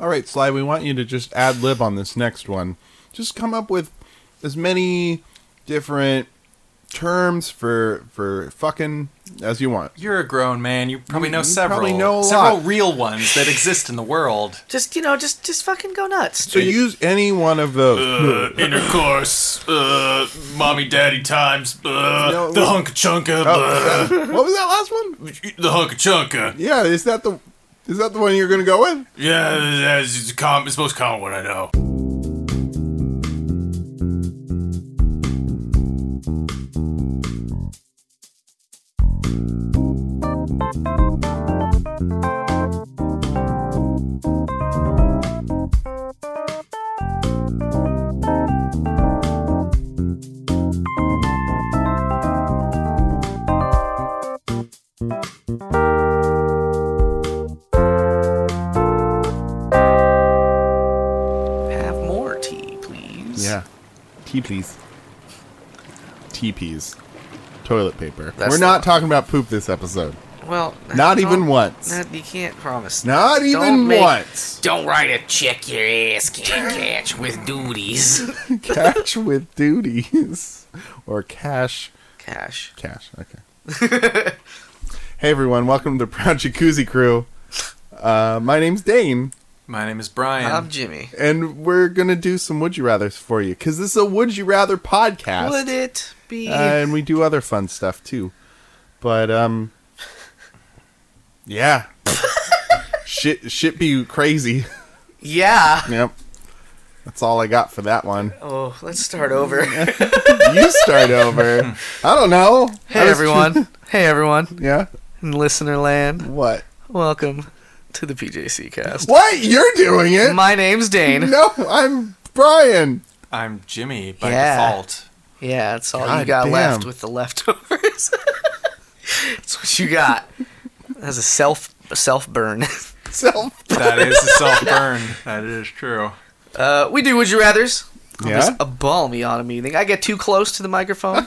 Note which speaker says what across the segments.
Speaker 1: All right, Sly, we want you to just ad lib on this next one. Just come up with as many different terms for for fucking as you want.
Speaker 2: You're a grown man. You probably know
Speaker 1: You
Speaker 2: several,
Speaker 1: probably know a lot.
Speaker 2: several real ones that exist in the world.
Speaker 3: Just you know, just just fucking go nuts.
Speaker 1: So use any one of those.
Speaker 4: Uh, intercourse, uh, mommy daddy times, uh,
Speaker 1: No,
Speaker 4: the
Speaker 1: we-
Speaker 4: hunka chunka,
Speaker 1: Oh, what was that last one?
Speaker 4: the hunka chunka.
Speaker 1: Yeah, is that the is that the one you're gonna go with?
Speaker 4: Yeah, that's it's, com- it's the most common one I know.
Speaker 3: Have more tea, please.
Speaker 1: Tea please. Teepees. Toilet paper.
Speaker 3: That's
Speaker 1: We're
Speaker 3: the
Speaker 1: not
Speaker 3: one.
Speaker 1: talking about poop this episode.
Speaker 3: Well,
Speaker 1: Not
Speaker 3: don't-
Speaker 1: even once.
Speaker 3: not- you can't promise.
Speaker 1: Not
Speaker 3: Don't
Speaker 1: even
Speaker 3: make-
Speaker 1: once.
Speaker 3: Don't write a check your ass can't catch with duties.
Speaker 1: Catch with duties. Or cash
Speaker 3: Cash.
Speaker 1: Cash. Okay. hey everyone, welcome to the Proud Jacuzzi Crew. Uh, my name's Dane,
Speaker 2: My name is Brian.
Speaker 3: I'm Jimmy.
Speaker 1: and we're gonna do some Would You Rather's for you because this is a Would You Rather podcast,
Speaker 3: Would it be?
Speaker 1: Uh, and we do other fun stuff too. But um, yeah, shit, shit be crazy.
Speaker 3: yeah.
Speaker 1: yep, that's all I got for that one.
Speaker 3: Oh, let's start over. hey
Speaker 1: You start over. I don't know. I was-
Speaker 3: everyone. hey everyone
Speaker 1: yeah.
Speaker 3: in listener land.
Speaker 1: What?
Speaker 3: Welcome to the PJC cast.
Speaker 1: What? You're doing it.
Speaker 3: My name's Dane.
Speaker 1: No, I'm Brian.
Speaker 2: I'm Jimmy by
Speaker 3: Yeah.
Speaker 2: default.
Speaker 3: Yeah, that's all you
Speaker 1: God
Speaker 3: got
Speaker 1: damn.
Speaker 3: left with the leftovers. that's what you got. That's a self self burn.
Speaker 1: Self.
Speaker 2: That is a self burn. That is true.
Speaker 3: Uh, we do would you rather's.
Speaker 1: Yeah.
Speaker 3: A balmy autumn evening. I get too close to the microphone.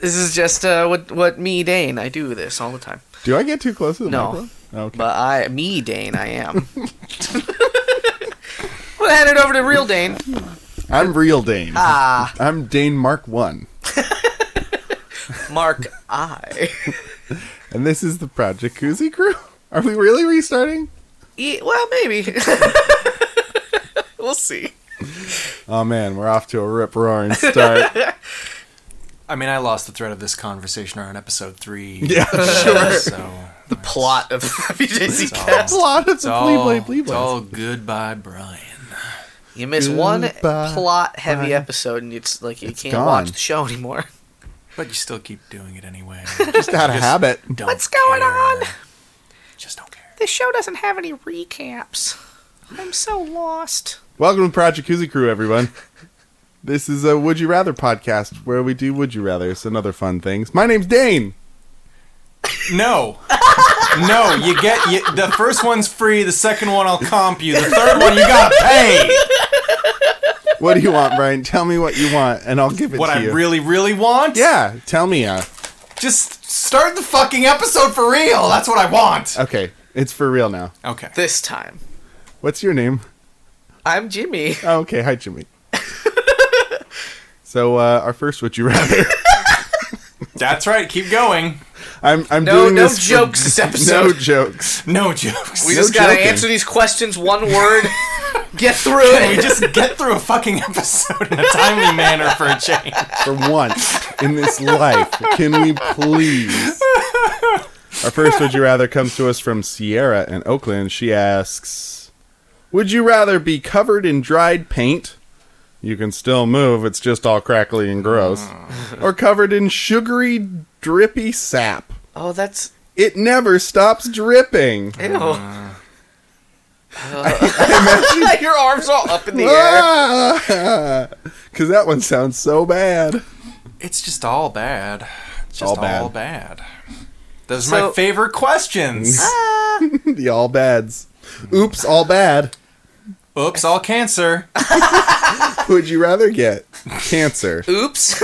Speaker 3: this is just uh, what what me Dane. I do this all the time.
Speaker 1: Do I get too close to the
Speaker 3: No.
Speaker 1: microphone? Okay.
Speaker 3: But I me Dane I am. we'll hand it over to real Dane.
Speaker 1: I'm real Dane.
Speaker 3: Ah,
Speaker 1: I'm Dane Mark One,
Speaker 3: Mark I.
Speaker 1: and this is the Proud Jacuzzi Crew. Are we really restarting?
Speaker 3: E- well, maybe. we'll see.
Speaker 1: Oh man, we're off to a rip roaring start.
Speaker 2: I mean, I lost the thread of this conversation around episode three.
Speaker 1: yeah, sure.
Speaker 2: So the
Speaker 3: Plot of PJC
Speaker 2: It's all-
Speaker 1: A
Speaker 3: cast.
Speaker 1: lot of
Speaker 2: It's
Speaker 1: the play, play,
Speaker 2: all,
Speaker 1: play,
Speaker 2: it's all goodbye, Brian.
Speaker 3: You miss one
Speaker 1: Goodbye.
Speaker 3: plot heavy
Speaker 1: Bye.
Speaker 3: episode and it's like you
Speaker 1: It's
Speaker 3: can't
Speaker 1: gone.
Speaker 3: watch the show anymore.
Speaker 2: But you still keep doing it anyway.
Speaker 1: Just out of habit.
Speaker 2: Don't
Speaker 3: What's going
Speaker 2: care.
Speaker 3: on?
Speaker 2: Just don't care.
Speaker 3: This show doesn't have any recaps. I'm so lost.
Speaker 1: Welcome to Proud Jacuzzi Crew, everyone. This is a Would You Rather podcast where we do Would You Rather's and other fun things. My name's Dane.
Speaker 2: No. No, you get you, the first one's free, the second one I'll comp you, the third one you gotta pay.
Speaker 1: What do you want, Brian? Tell me what you want, and I'll give it
Speaker 2: What
Speaker 1: to
Speaker 2: I
Speaker 1: you.
Speaker 2: really, really want?
Speaker 1: yeah, tell me. Uh,
Speaker 2: Just start the fucking episode for real. That's what I want.
Speaker 1: okay, it's for real now.
Speaker 2: Okay.
Speaker 3: This time.
Speaker 1: What's your name?
Speaker 3: I'm Jimmy.
Speaker 1: Oh, okay. Hi, Jimmy. so uh, our first would you rather?
Speaker 2: That's right. Keep going.
Speaker 1: I'm I'm
Speaker 3: No
Speaker 1: doing
Speaker 3: no
Speaker 1: this for-
Speaker 3: jokes this episode.
Speaker 1: No jokes.
Speaker 2: No jokes.
Speaker 3: we
Speaker 1: no
Speaker 3: just gotta
Speaker 1: joking.
Speaker 3: answer these questions one word. Get through
Speaker 2: we
Speaker 3: it.
Speaker 2: just get through a fucking episode in a timely manner for a change.
Speaker 1: For once in this life, can we please? Our first would you rather comes to us from Sierra in Oakland. She asks, "Would you rather be covered in dried paint? You can still move. It's just all crackly and gross. Or covered in sugary, drippy sap?
Speaker 3: oh, that's
Speaker 1: It never stops dripping."
Speaker 3: ew. Uh, your arms all up in the
Speaker 1: Ah.
Speaker 3: air.
Speaker 1: Because Ah! that one sounds so bad.
Speaker 2: It's just all bad. It's just
Speaker 1: All
Speaker 2: all
Speaker 1: bad.
Speaker 2: bad. Those are
Speaker 3: So-
Speaker 2: my favorite questions.
Speaker 1: the all bads. Oops, all bad.
Speaker 2: Oops, all cancer.
Speaker 1: Would you rather get cancer
Speaker 3: Oops.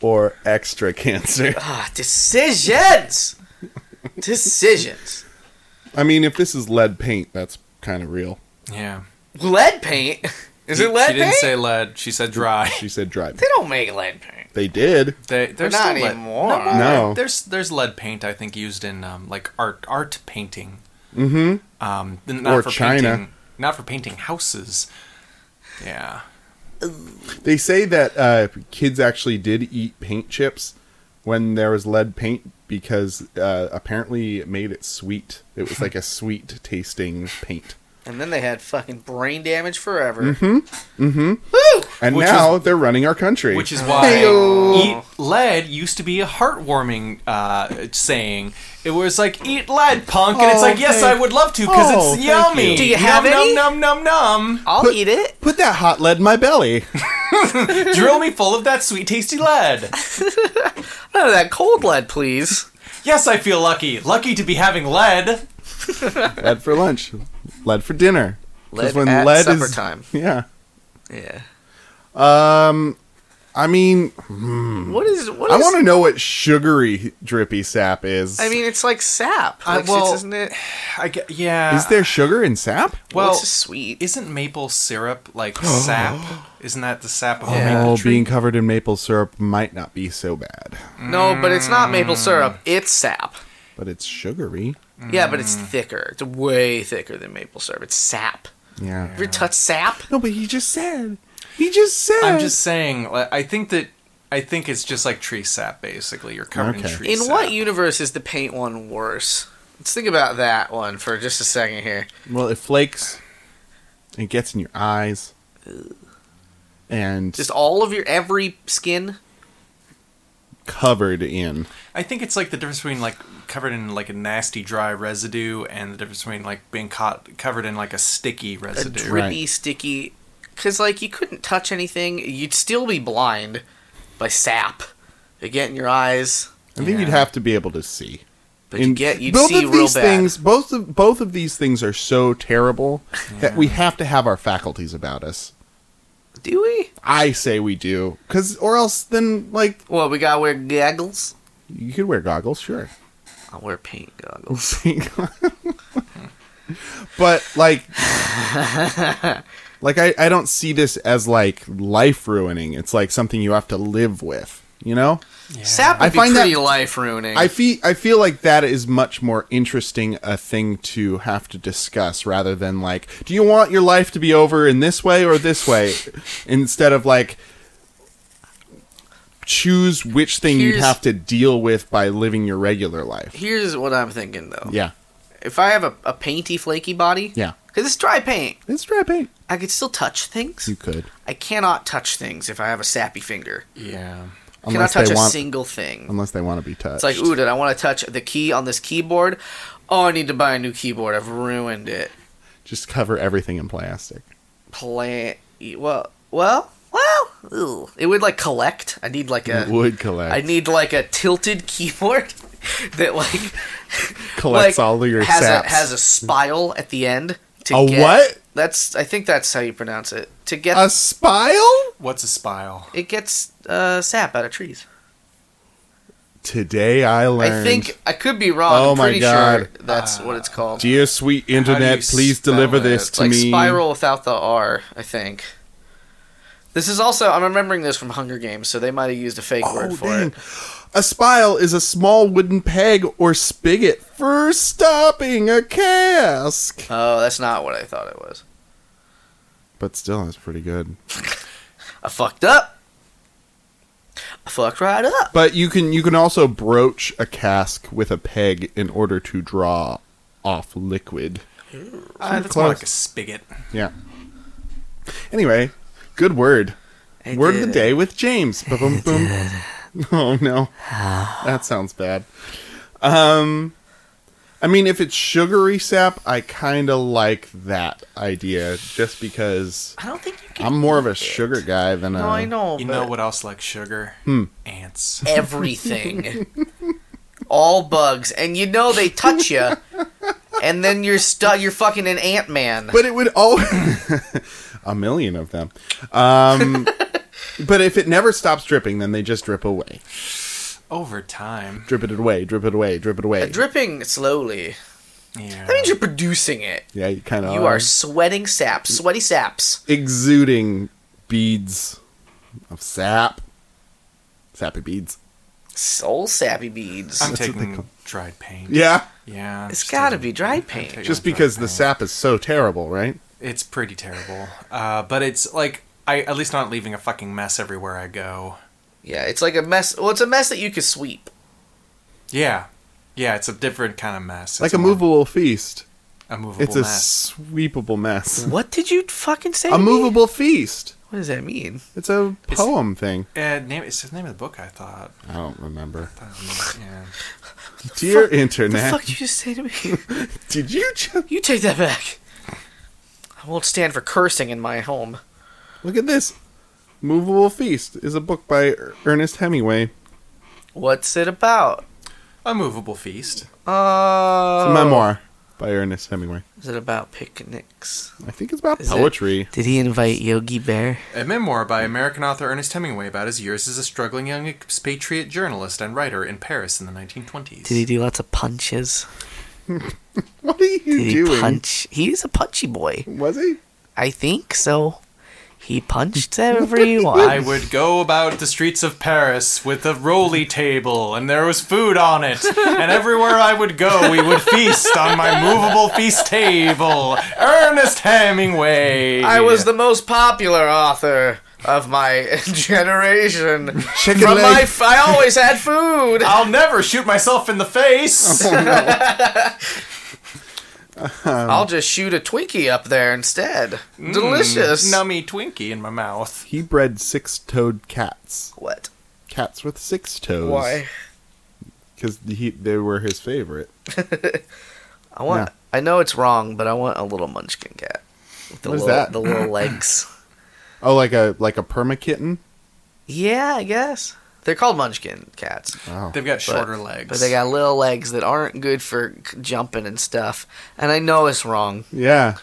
Speaker 1: or extra cancer?
Speaker 3: Ah, decisions. Decisions.
Speaker 1: I mean, if this is lead paint, that's kind of real.
Speaker 2: Yeah.
Speaker 3: Lead paint? Is
Speaker 2: She-
Speaker 3: it lead
Speaker 2: She didn't
Speaker 3: paint?
Speaker 2: say lead. She said dry.
Speaker 1: She said dry.
Speaker 3: they don't make lead paint.
Speaker 1: They did.
Speaker 2: They, they're
Speaker 3: But not
Speaker 2: still lead-
Speaker 3: anymore.
Speaker 2: No,
Speaker 1: No.
Speaker 2: There's there's lead paint I think used in um, like art art painting. Mm-hmm. Um, n- not
Speaker 1: Or
Speaker 2: for
Speaker 1: China.
Speaker 2: Painting, not for painting houses. Yeah.
Speaker 1: They say that uh, kids actually did eat paint chips when there was lead paint because uh, apparently it made it sweet. It was like a sweet tasting paint.
Speaker 3: And then they had fucking brain damage forever.
Speaker 1: Mm-hmm. And
Speaker 2: Which
Speaker 1: now they're running our country.
Speaker 2: Which is why
Speaker 1: Heyo.
Speaker 2: eat lead used to be a heartwarming uh, saying. It was like eat lead, punk, and it's
Speaker 1: Oh,
Speaker 2: like yes,
Speaker 1: thank-
Speaker 2: I would love to because
Speaker 1: Oh, thank
Speaker 2: it's yummy.
Speaker 1: you.
Speaker 3: Do you have
Speaker 2: num,
Speaker 3: any?
Speaker 2: Num num num
Speaker 3: I'll eat it.
Speaker 1: put that hot lead in my belly.
Speaker 2: num. Drill me full of that sweet, tasty lead.
Speaker 3: None of that cold lead, please.
Speaker 2: Yes, I feel lucky. Lucky to be having lead.
Speaker 1: lead for lunch, lead for dinner. 'Cause
Speaker 3: Lead at supper time.
Speaker 1: Yeah.
Speaker 3: Yeah.
Speaker 1: Um, I mean,
Speaker 3: What is? What
Speaker 1: Mm-hmm. I
Speaker 3: is?
Speaker 1: want to know what sugary drippy sap is.
Speaker 3: I mean, it's like sap.
Speaker 2: I-
Speaker 3: Like,
Speaker 2: well,
Speaker 3: isn't it?
Speaker 2: I get, yeah.
Speaker 1: is there sugar in sap?
Speaker 3: uh, Well,
Speaker 2: well?
Speaker 3: it's just sweet.
Speaker 2: Isn't maple syrup like sap? Isn't that the sap of a
Speaker 3: Yeah.
Speaker 2: maple
Speaker 1: Oh,
Speaker 2: tree?
Speaker 1: being covered in maple syrup might not be so bad,
Speaker 3: No, but it's not maple
Speaker 1: Mm.
Speaker 3: syrup. It's sap.
Speaker 1: but it's sugary.
Speaker 3: Yeah, but
Speaker 1: Mm.
Speaker 3: it's thicker. It's way thicker than maple syrup. It's sap.
Speaker 1: Yeah.
Speaker 3: Ever touch sap?
Speaker 1: No, but he just said. He just said.
Speaker 2: I'm just saying. like, I think that I think it's just like tree sap. Basically, you're covered
Speaker 1: Okay.
Speaker 2: in tree
Speaker 3: In
Speaker 2: sap.
Speaker 3: what universe is the paint one worse? Let's think about that one for just a second here.
Speaker 1: Well, it flakes. It gets in your eyes. And
Speaker 3: Just all of your every skin.
Speaker 1: covered in.
Speaker 2: I think it's like the difference between like covered in like a nasty dry residue and the difference between like being caught covered in like a sticky
Speaker 3: a
Speaker 2: residue.
Speaker 3: drippy, sticky. Because like you couldn't touch anything, you'd still be blind by sap. You get in your eyes,
Speaker 1: I think you'd
Speaker 2: Yeah.
Speaker 1: have to be able to see.
Speaker 3: but you
Speaker 1: And
Speaker 3: get you'd
Speaker 1: both
Speaker 3: see
Speaker 1: of
Speaker 3: real
Speaker 1: these
Speaker 3: bad.
Speaker 1: things, both of both of these things are so terrible that we have to have our faculties about us.
Speaker 3: Do we?
Speaker 1: I say we do, because or else then like
Speaker 3: Well, we gotta wear goggles.
Speaker 1: you could wear goggles, sure.
Speaker 3: I'll wear paint goggles.
Speaker 1: but like like I, I don't see this as like life ruining it's like something you have to live with you know
Speaker 3: Sap would
Speaker 1: I
Speaker 3: be
Speaker 1: find that-
Speaker 3: pretty life ruining.
Speaker 1: i feel i feel like that is much more interesting a thing to have to discuss rather than like do you want your life to be over in this way or this way instead of like choose which thing you'd
Speaker 3: Here's-
Speaker 1: have to deal with by living your regular life
Speaker 3: Here's what I'm thinking though.
Speaker 1: yeah
Speaker 3: If I have a, a painty, flaky body,
Speaker 1: yeah
Speaker 3: because it's dry paint,
Speaker 1: it's dry paint
Speaker 3: I could still touch things.
Speaker 1: you could
Speaker 3: I cannot touch things if I have a sappy finger.
Speaker 2: Yeah.
Speaker 3: I cannot touch a
Speaker 1: want
Speaker 3: single thing.
Speaker 1: unless they want to be touched.
Speaker 3: It's like, ooh, did I want to touch the key on this keyboard? Oh, I need to buy a new keyboard. I've ruined it.
Speaker 1: just cover everything in plastic.
Speaker 3: Plant. e, Well, well, well. Ew. It would like collect. I need like a.
Speaker 1: It would collect.
Speaker 3: I need like a tilted keyboard that like
Speaker 1: collects
Speaker 3: like,
Speaker 1: all of your
Speaker 3: has
Speaker 1: saps.
Speaker 3: A, has a spile at the end. To
Speaker 1: A
Speaker 3: get,
Speaker 1: what?
Speaker 3: That's. I think that's how you pronounce it. To get
Speaker 1: a spile?
Speaker 2: What's a spile?
Speaker 3: it gets uh, sap out of trees.
Speaker 1: Today I learned.
Speaker 3: I think I could be wrong.
Speaker 1: Oh
Speaker 3: I'm
Speaker 1: my
Speaker 3: pretty
Speaker 1: God.
Speaker 3: sure that's what it's called.
Speaker 1: Dear sweet internet,
Speaker 2: you
Speaker 1: please
Speaker 2: spell
Speaker 1: deliver
Speaker 2: it?
Speaker 1: this
Speaker 3: It's
Speaker 1: to
Speaker 3: like
Speaker 1: me.
Speaker 3: spiral without the R, I think. This is also I'm remembering this from Hunger Games, so they might have used a fake word
Speaker 1: Oh,
Speaker 3: for
Speaker 1: dang.
Speaker 3: it.
Speaker 1: A spile is a small wooden peg or spigot for stopping a cask.
Speaker 3: Oh, that's not what I thought it was.
Speaker 1: But still, that's pretty good.
Speaker 3: I fucked up. I fucked right up.
Speaker 1: But you can you can also broach a cask with a peg in order to draw off liquid.
Speaker 3: Ah,
Speaker 2: Uh, that's more
Speaker 1: close.
Speaker 2: like a spigot.
Speaker 1: Yeah. Anyway, good word.
Speaker 3: I
Speaker 1: word
Speaker 3: did
Speaker 1: of the
Speaker 3: it.
Speaker 1: day with James. Ba boom boom. Oh no. that sounds bad. Um I mean if it's sugary sap, I kind of like that idea just because
Speaker 3: I don't think you can.
Speaker 1: I'm more of a sugar guy than a
Speaker 3: No, I know.
Speaker 2: You
Speaker 3: but
Speaker 2: know what else likes sugar?
Speaker 1: Hmm.
Speaker 2: Ants.
Speaker 3: Everything. All bugs, and you know they touch you, and then you're stuck. You're fucking an ant man.
Speaker 1: But it would always a million of them. Um But if it never stops dripping, then they just drip away.
Speaker 2: Over time.
Speaker 1: Drip it away, drip it away, drip it away.
Speaker 3: Dripping slowly.
Speaker 2: Yeah.
Speaker 3: That means you're producing it.
Speaker 1: Yeah, you kind of
Speaker 3: You are sweating saps, sweaty saps.
Speaker 1: exuding beads of sap, sappy beads.
Speaker 3: Soul sappy beads.
Speaker 2: I'm
Speaker 1: That's what they
Speaker 2: taking
Speaker 1: call-
Speaker 2: dried paint.
Speaker 1: Yeah,
Speaker 2: Yeah.
Speaker 3: It's gotta be dry paint.
Speaker 1: just because the sap is so terrible, right?
Speaker 2: It's pretty terrible. Uh, but it's like I at least not leaving a fucking mess everywhere I go.
Speaker 3: Yeah, it's like a mess. Well, it's a mess that you could sweep.
Speaker 2: Yeah. Yeah, it's a different kind of mess. It's
Speaker 1: like a
Speaker 2: more-
Speaker 1: movable feast.
Speaker 2: a movable
Speaker 1: It's a
Speaker 2: mess.
Speaker 1: sweepable mess.
Speaker 3: What did you fucking say?
Speaker 1: A
Speaker 3: to me?
Speaker 1: movable feast.
Speaker 3: What does that mean?
Speaker 1: It's a
Speaker 2: It's-
Speaker 1: poem thing.
Speaker 2: Uh, name, it's the name of the book, I thought.
Speaker 1: I don't remember.
Speaker 2: Um, yeah.
Speaker 1: Dear
Speaker 3: The
Speaker 1: internet,
Speaker 3: fuck did you just say to me?
Speaker 1: did you just
Speaker 3: you take that back. I won't stand for cursing in my home.
Speaker 1: look at this? Movable Feast is a book by Er- Ernest Hemingway.
Speaker 3: What's it about?
Speaker 2: A movable feast.
Speaker 3: Uh,
Speaker 1: It's a memoir by Ernest Hemingway.
Speaker 3: Is it about picnics?
Speaker 1: I think it's about
Speaker 3: Is it?
Speaker 1: poetry.
Speaker 3: Did he invite Yogi Bear?
Speaker 2: A memoir by American author Ernest Hemingway about his years as a struggling young expatriate journalist and writer in Paris in the 1920s.
Speaker 3: Did he do lots of punches?
Speaker 1: What are you
Speaker 3: Did he
Speaker 1: doing?
Speaker 3: punch? He's a punchy boy.
Speaker 1: Was he?
Speaker 3: I think so. He punched everyone.
Speaker 2: I would go about the streets of Paris with a roly table, and there was food on it. And everywhere I would go, we would feast on my movable feast table. Ernest Hemingway.
Speaker 3: I was the most popular author of my generation.
Speaker 1: Chicken
Speaker 3: From
Speaker 1: leg. Um,
Speaker 3: my, f- I always had food.
Speaker 2: I'll never shoot myself in the
Speaker 3: Oh,
Speaker 2: face.
Speaker 3: I'll just shoot a Twinkie up there instead.
Speaker 2: Mm,
Speaker 3: Delicious.
Speaker 2: Nummy Twinkie in my mouth.
Speaker 1: he bred six-toed cats.
Speaker 3: what?
Speaker 1: Cats with six toes.
Speaker 3: Why?
Speaker 1: Because he they were his favorite.
Speaker 3: I want. I know it's wrong, but I want a little Munchkin cat. With the
Speaker 1: What is
Speaker 3: little,
Speaker 1: that?
Speaker 3: The little legs.
Speaker 1: Oh, like a like a perma kitten.
Speaker 3: Yeah, I guess they're called Munchkin cats.
Speaker 1: Wow.
Speaker 2: They've got
Speaker 3: but-
Speaker 2: shorter legs.
Speaker 3: But they got little legs that aren't good for c- jumping and stuff. And I know it's wrong,
Speaker 1: Yeah,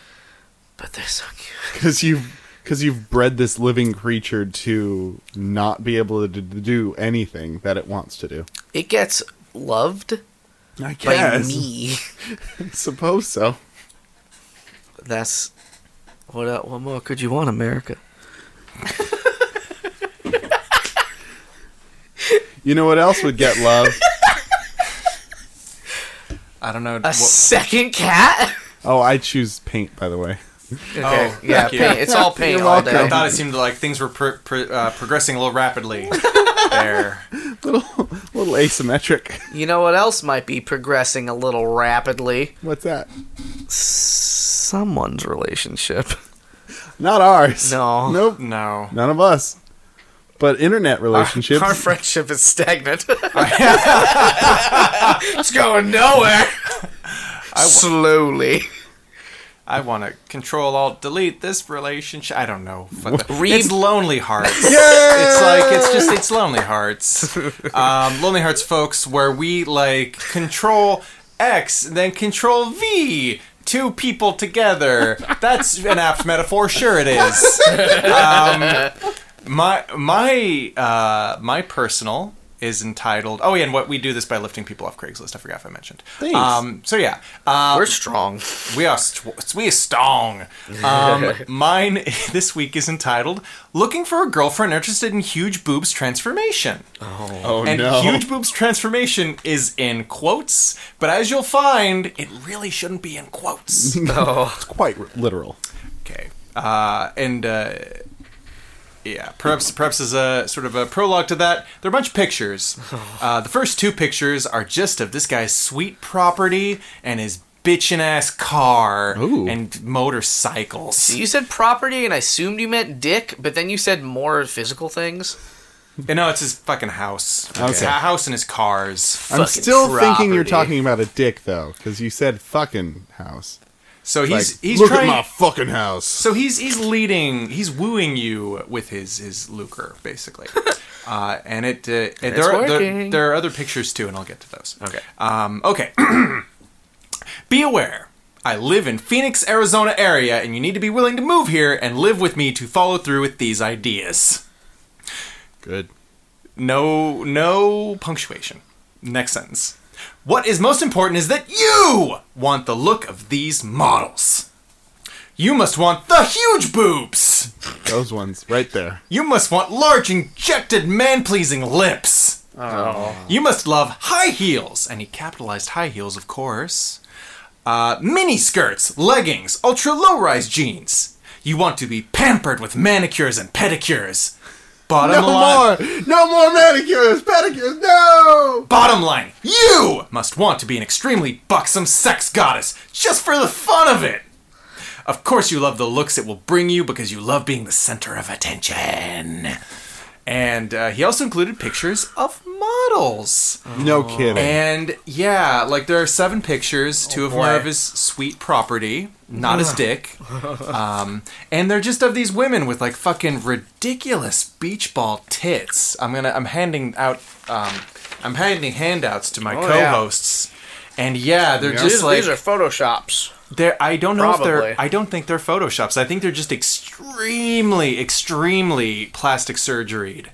Speaker 3: but they're so cute.
Speaker 1: because you've because you've bred this living creature to not be able to d- do anything that it wants to do.
Speaker 3: It gets loved
Speaker 1: I
Speaker 3: by
Speaker 1: guess.
Speaker 3: me.
Speaker 1: Suppose so.
Speaker 3: That's what. Uh, what more could you want, America?
Speaker 1: You know what else would get love?
Speaker 2: I don't know.
Speaker 3: A
Speaker 2: what-
Speaker 3: second cat?
Speaker 1: oh, I choose paint. By the way,
Speaker 3: Okay,
Speaker 2: Oh, thank
Speaker 3: yeah,
Speaker 2: you.
Speaker 3: paint. It's all paint
Speaker 1: You're
Speaker 3: all
Speaker 1: welcome.
Speaker 3: day.
Speaker 2: I thought it seemed like things were pro- pro- uh, progressing a little rapidly there.
Speaker 1: little little asymmetric.
Speaker 3: You know what else might be progressing a little rapidly?
Speaker 1: What's that?
Speaker 3: Someone's relationship.
Speaker 1: Not ours.
Speaker 3: No.
Speaker 1: Nope.
Speaker 2: No.
Speaker 1: None of us. But internet relationships.
Speaker 3: Our friendship is stagnant. it's going nowhere. Slowly.
Speaker 2: I want to control alt delete this relationship. I don't know. Fuck that.
Speaker 3: Read-
Speaker 2: It's Lonely Hearts.
Speaker 1: Yay!
Speaker 2: It's like it's just it's Lonely Hearts. Um, Lonely Hearts folks where we like control X then control V two people together. That's an apt metaphor, sure it is. Um, my my uh, my personal is entitled Oh yeah, and what we do this by lifting people off Craigslist. I forgot if I mentioned.
Speaker 1: Thanks.
Speaker 2: Um so yeah. Uh,
Speaker 3: We're strong.
Speaker 2: we are st- we are strong. Um, mine this week is entitled "Looking for a Girlfriend Interested in Huge Boobs Transformation."
Speaker 1: oh
Speaker 2: and
Speaker 1: no.
Speaker 2: huge boobs transformation is in quotes, but as you'll find, it really shouldn't be in quotes.
Speaker 1: It's quite literal.
Speaker 2: okay, uh, and. Uh, yeah, perhaps perhaps as a sort of a prologue to that, there are a bunch of pictures. Uh, the first two pictures are just of this guy's sweet property and his bitchin' ass car
Speaker 1: Ooh.
Speaker 2: and motorcycles.
Speaker 3: You said property, and I assumed you meant dick, but then you said more physical things.
Speaker 2: Uh, No, it's his fucking house.
Speaker 1: Okay.
Speaker 2: It's a house and his cars.
Speaker 1: I'm
Speaker 3: Fucking
Speaker 1: still thinking you're
Speaker 3: property.
Speaker 1: talking about a dick though, because you said fucking house.
Speaker 2: So he's
Speaker 1: Like,
Speaker 2: he's
Speaker 1: look
Speaker 2: trying.
Speaker 1: at my fucking house.
Speaker 2: so he's he's leading. He's wooing you with his his lucre, basically. uh, and it uh, and there are there,
Speaker 3: working.
Speaker 2: there are other pictures too, and I'll get to those.
Speaker 3: Okay.
Speaker 2: Um, okay. be aware. I live in Phoenix, Arizona area, and you need to be willing to move here and live with me to follow through with these ideas.
Speaker 1: Good.
Speaker 2: No, no punctuation. Next sentence. What is most important is that you want the look of these models. You must want the huge boobs.
Speaker 1: Those ones right there.
Speaker 2: You must want large, injected, man pleasing lips. You must love high heels. And he capitalized high heels, of course. Uh, mini skirts, leggings, ultra low rise jeans. You want to be pampered with manicures and pedicures. Bottom line.
Speaker 1: more. No more manicures, pedicures. No.
Speaker 2: Bottom line, you must want to be an extremely buxom sex goddess just for the fun of it. Of course, you love the looks it will bring you because you love being the center of attention. And uh, he also included pictures of models.
Speaker 1: No kidding.
Speaker 2: And yeah, like there are seven pictures. Two of them are
Speaker 3: Oh, boy.
Speaker 2: of his sweet property, not his dick. Um, and they're just of these women with like fucking ridiculous beach ball tits. I'm gonna, I'm handing out, um, I'm handing handouts to my
Speaker 3: Oh, yeah.
Speaker 2: co-hosts. And yeah, they're
Speaker 1: Yeah.
Speaker 2: just
Speaker 3: These,
Speaker 2: like
Speaker 3: these are photoshops.
Speaker 2: they're. I don't know if
Speaker 3: Probably.
Speaker 2: they're. I don't think they're photoshops. I think they're just extremely, extremely plastic surgeried.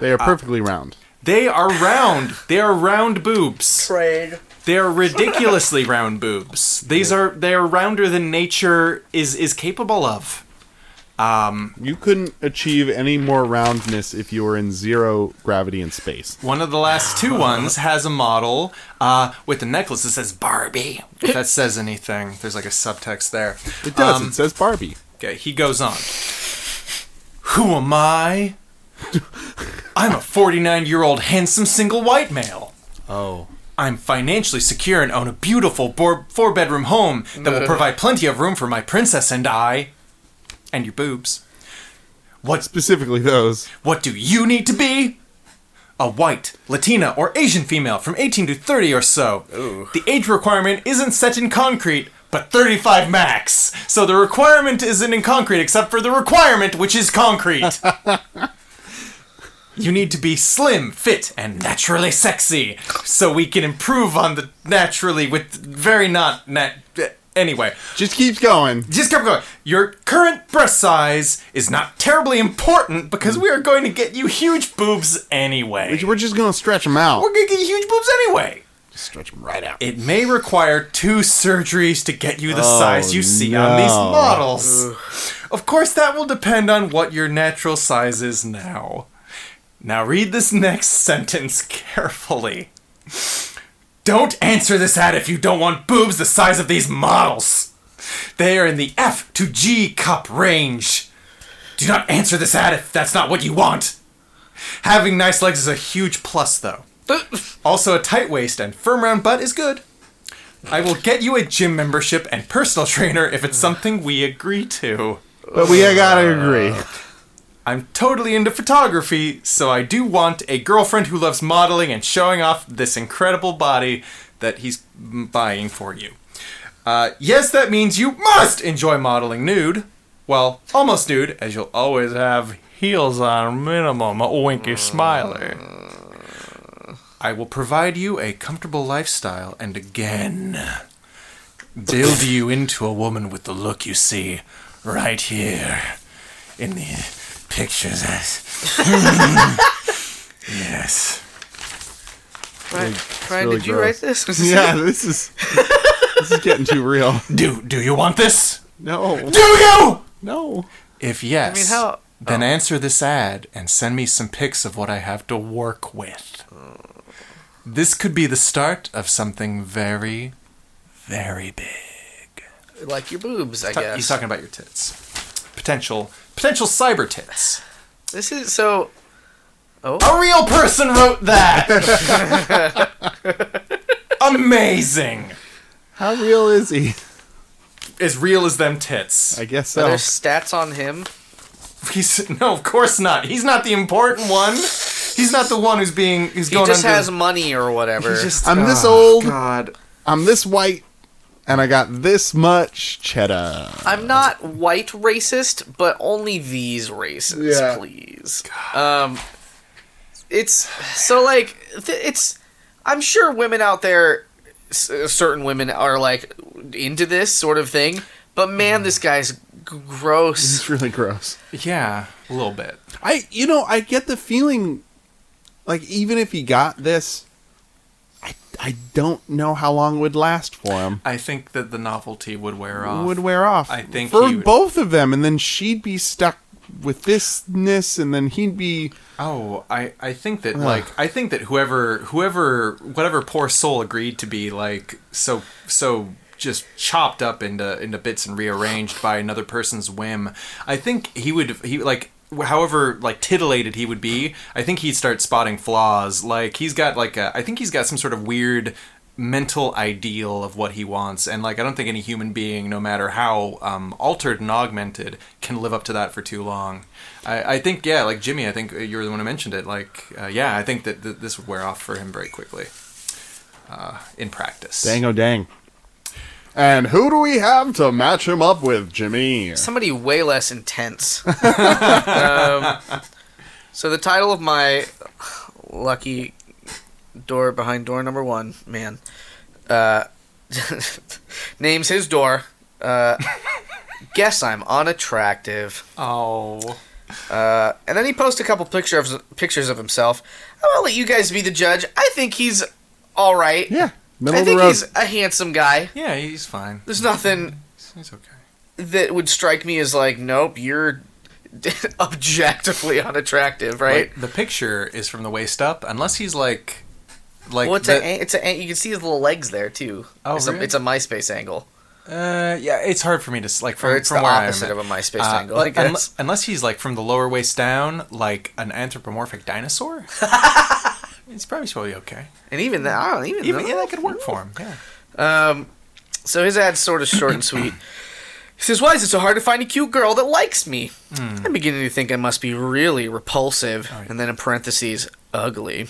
Speaker 1: They are perfectly round.
Speaker 2: They are round. they are round boobs.
Speaker 3: Trade.
Speaker 2: They're ridiculously round boobs. These are they are rounder than nature is is capable of.
Speaker 1: You couldn't achieve any more roundness if you were in zero gravity in space.
Speaker 2: One of the last two ones has a model uh, with a necklace that says Barbie. If that says anything, there's like a subtext there.
Speaker 1: It does.
Speaker 2: Um,
Speaker 1: it says Barbie.
Speaker 2: Okay, he goes on. Who am I? I'm a 49 year old handsome single white male.
Speaker 1: Oh.
Speaker 2: I'm financially secure and own a beautiful four bedroom home that will provide plenty of room for my princess and I. And your boobs. What,
Speaker 1: Specifically those.
Speaker 2: what do you need to be? A white, Latina, or Asian female from 18 to 30 or so. The age requirement isn't set in concrete, but 35 max. So the requirement isn't in concrete except for the requirement, which is concrete. You need to be slim, fit, and naturally sexy, so we can improve on the naturally with very not nat. Anyway,
Speaker 1: Just keeps going.
Speaker 2: just kept going. Your current breast size is not terribly important because we are going to get you huge boobs anyway.
Speaker 1: We're just gonna stretch them out.
Speaker 2: We're going to get you huge boobs anyway.
Speaker 1: Just stretch them right out.
Speaker 2: It may require two surgeries to get you the size you see on these
Speaker 1: no.
Speaker 2: models. Of course, that will depend on what your natural size is now. Now, read this next sentence carefully. Don't answer this ad if you don't want boobs the size of these models. They are in the F to G cup range. Do not answer this ad if that's not what you want. Having nice legs is a huge plus, though. Also, a tight waist and firm round butt is good. I will get you a gym membership and personal trainer if it's something we agree to.
Speaker 1: But we gotta agree.
Speaker 2: I'm totally into photography, so I do want a girlfriend who loves modeling and showing off this incredible body that he's buying for you. Uh, yes, that means you must enjoy modeling nude. Well, almost nude, as you'll always have heels on minimum, a winky smiler. I will provide you a comfortable lifestyle and again build you into a woman with the look you see right here in the pictures. yes.
Speaker 3: Brian, Brian
Speaker 1: really
Speaker 3: did you
Speaker 1: gross.
Speaker 3: write this?
Speaker 1: yeah, this is this is getting too real.
Speaker 2: Do do you want this?
Speaker 1: No,
Speaker 2: Do you? Oh.
Speaker 1: no.
Speaker 2: If yes,
Speaker 3: mean, how-
Speaker 2: then answer this ad and send me some pics of what I have to work with. This could be the start of something very, very big.
Speaker 3: Like your boobs, I
Speaker 2: Ta-
Speaker 3: guess.
Speaker 2: He's talking about your tits. Potential, potential cyber tits.
Speaker 3: This is so.
Speaker 2: A real person wrote that. Amazing.
Speaker 1: How real is he?
Speaker 2: As real as them tits.
Speaker 1: I guess so.
Speaker 3: Are there stats on him?
Speaker 2: He's no, of course not. He's not the important one. He's not the one who's being. He's
Speaker 3: He
Speaker 2: going
Speaker 3: just
Speaker 2: under.
Speaker 3: has money or whatever.
Speaker 2: He's just-
Speaker 1: I'm this
Speaker 2: Ah,
Speaker 1: old.
Speaker 2: God.
Speaker 1: I'm this white, and I got this much cheddar.
Speaker 3: I'm not white racist, but only these races,
Speaker 1: Yeah.
Speaker 3: please. Um, it's so like th- it's. I'm sure women out there, s- certain women are like into this sort of thing, but man, this guy's g- gross.
Speaker 1: It's really gross.
Speaker 2: Yeah, a little bit.
Speaker 1: I you know I get the feeling like even if he got this I I don't know how long it would last for him.
Speaker 2: I think that the novelty would wear off.
Speaker 1: Would wear off.
Speaker 2: I think
Speaker 1: for
Speaker 2: he would-
Speaker 1: both of them, and then she'd be stuck with thisness, and then he'd be
Speaker 2: Oh, I, I think that like I think that whoever whoever whatever poor soul agreed to be like so so just chopped up into into bits and rearranged by another person's whim. I think he would he like however like titillated he would be. I think he'd start spotting flaws. Like he's got like a I think he's got some sort of weird mental ideal of what he wants and like i don't think any human being no matter how um, altered and augmented can live up to that for too long i, I think yeah like jimmy i think you were the one who mentioned it like uh, yeah i think that th- this would wear off for him very quickly uh, in practice
Speaker 1: dang oh dang. And who do we have to match him up with, Jimmy?
Speaker 3: Somebody way less intense. um, so the title of my lucky door behind door number one man uh, names his door. Uh, guess I'm unattractive.
Speaker 2: oh
Speaker 3: Uh, and then he posts a couple pictures of, pictures of himself. I'm gonna let you guys be the judge. I think he's all right.
Speaker 1: Yeah, middle
Speaker 3: I
Speaker 1: of the
Speaker 3: think
Speaker 1: road.
Speaker 3: he's a handsome guy.
Speaker 2: yeah he's fine
Speaker 3: There's nothing
Speaker 2: he's okay
Speaker 3: that would strike me as like, nope, you're objectively unattractive, right?
Speaker 2: Like, the picture is from the waist up unless he's like like
Speaker 3: well, it's
Speaker 2: the-
Speaker 3: a an- it's a an- you can see his little legs there too.
Speaker 2: Oh,
Speaker 3: it's,
Speaker 2: really?
Speaker 3: a, it's a MySpace angle,
Speaker 2: Uh, yeah, it's hard for me to s- like from,
Speaker 3: or it's
Speaker 2: from
Speaker 3: the
Speaker 2: where I am
Speaker 3: opposite
Speaker 2: at.
Speaker 3: of a MySpace
Speaker 2: Uh,
Speaker 3: angle. I
Speaker 2: like, unle-
Speaker 3: guess.
Speaker 2: unless he's like from the lower waist down, like an anthropomorphic dinosaur. it's probably probably okay.
Speaker 3: and even that, I don't even,
Speaker 2: Even
Speaker 3: know.
Speaker 2: yeah, that could work for him. Yeah.
Speaker 3: Um, so his ad's sort of short and sweet. He says, "Why is it so hard to find a cute girl that likes me?"
Speaker 2: Hmm.
Speaker 3: I'm beginning to think I must be really repulsive. And then in parentheses, ugly.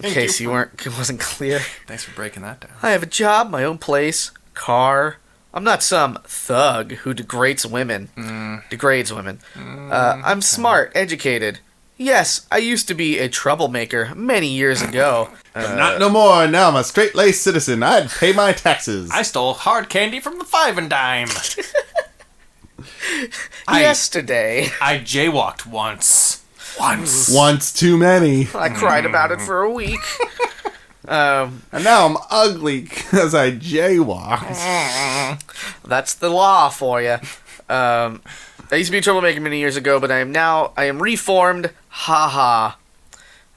Speaker 3: in case you, weren't, it wasn't clear.
Speaker 2: Thanks for breaking that down.
Speaker 3: I have a job, my own place, car. I'm not some thug who degrades women. Degrades women. uh, I'm smart, educated. Yes, I used to be a troublemaker many years ago.
Speaker 1: Not no more. Now I'm a straight laced citizen. I'd pay my taxes.
Speaker 2: I stole hard candy from the five and dime. I-
Speaker 3: Yesterday.
Speaker 2: I jaywalked once. Once.
Speaker 1: Once too many.
Speaker 3: I cried about it for a week. um,
Speaker 1: And now I'm ugly because I jaywalked.
Speaker 3: that's the law for you. Um, I used to be a troublemaker many years ago, but I am now I am reformed. Ha ha.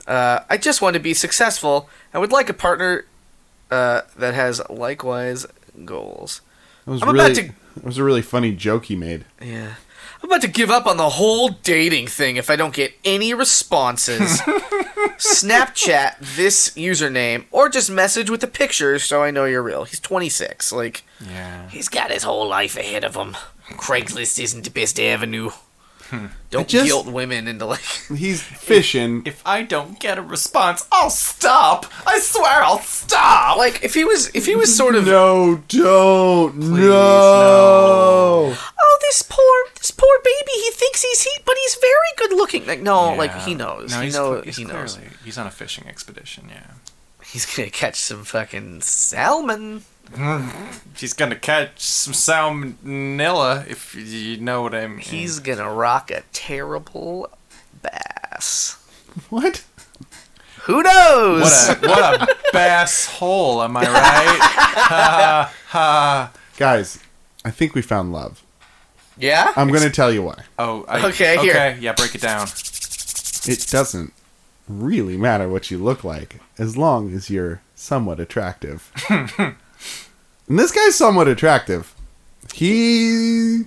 Speaker 3: Uh, I just want to be successful. I would like a partner uh, that has likewise goals.
Speaker 1: That was
Speaker 3: I'm about
Speaker 1: really,
Speaker 3: to-
Speaker 1: That was a really funny joke he made.
Speaker 3: Yeah. I'm about to give up on the whole dating thing if I don't get any responses. Snapchat this username or just message with the picture so I know you're real. He's 26. Like,
Speaker 2: Yeah.
Speaker 3: He's got his whole life ahead of him. Craigslist isn't the best avenue.
Speaker 2: Hmm.
Speaker 3: Don't
Speaker 1: just-
Speaker 3: guilt women into like.
Speaker 1: He's fishing.
Speaker 2: If I don't get a response, I'll stop. I swear I'll stop.
Speaker 3: Like if he was, if he was sort of,
Speaker 1: no, don't. no.
Speaker 3: oh, this poor, this poor baby. He thinks he's he, but he's very good looking. Like no, like he knows,
Speaker 2: No,
Speaker 3: he
Speaker 2: he's
Speaker 3: knows,
Speaker 2: cl- he's
Speaker 3: he knows.
Speaker 2: clearly- He's on a fishing expedition. Yeah.
Speaker 3: He's gonna catch some fucking salmon.
Speaker 2: He's gonna catch some salmonella, if you know what I mean.
Speaker 3: He's gonna rock a terrible bass.
Speaker 1: What?
Speaker 3: Who knows?
Speaker 2: what a what a bass hole, am I right?
Speaker 1: Guys, I think we found love.
Speaker 3: yeah.
Speaker 2: Uh,
Speaker 1: I'm going to tell you why.
Speaker 2: Oh, I,
Speaker 3: Okay, here.
Speaker 2: yeah, break it down.
Speaker 1: It doesn't really matter what you look like as long as you're somewhat attractive. and this guy's somewhat attractive. He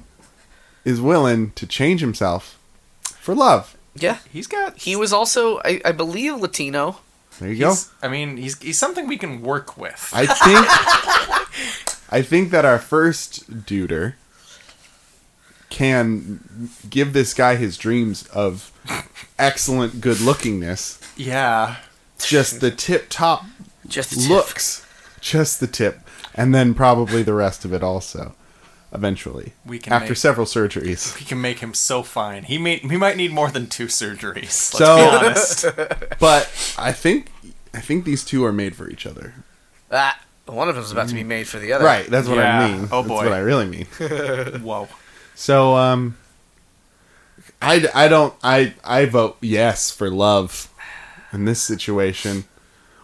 Speaker 1: is willing to change himself for love.
Speaker 3: yeah.
Speaker 2: He's got.
Speaker 3: He was also, I, I believe, Latino.
Speaker 1: There you go.
Speaker 2: he's- I mean, he's he's something we can work with.
Speaker 1: I think I think that our first duder can give this guy his dreams of excellent good lookingness.
Speaker 2: yeah.
Speaker 1: Just the tip top
Speaker 3: Just
Speaker 1: looks. Just the tip. And then probably the rest of it also. Eventually.
Speaker 2: We can
Speaker 1: after
Speaker 2: make-
Speaker 1: several surgeries.
Speaker 2: We can make him so fine. He may he might need more than two surgeries. Let's
Speaker 1: So-
Speaker 2: be honest.
Speaker 1: But I think I think these two are made for each other.
Speaker 3: Ah, one of them's
Speaker 2: Mm-hmm.
Speaker 3: about to be made for the other.
Speaker 1: Right, that's what I
Speaker 2: Yeah.
Speaker 1: mean.
Speaker 2: Oh,
Speaker 1: that's
Speaker 2: boy.
Speaker 1: what I really mean.
Speaker 2: Whoa.
Speaker 1: So um I, I don't I I vote yes for love in this situation.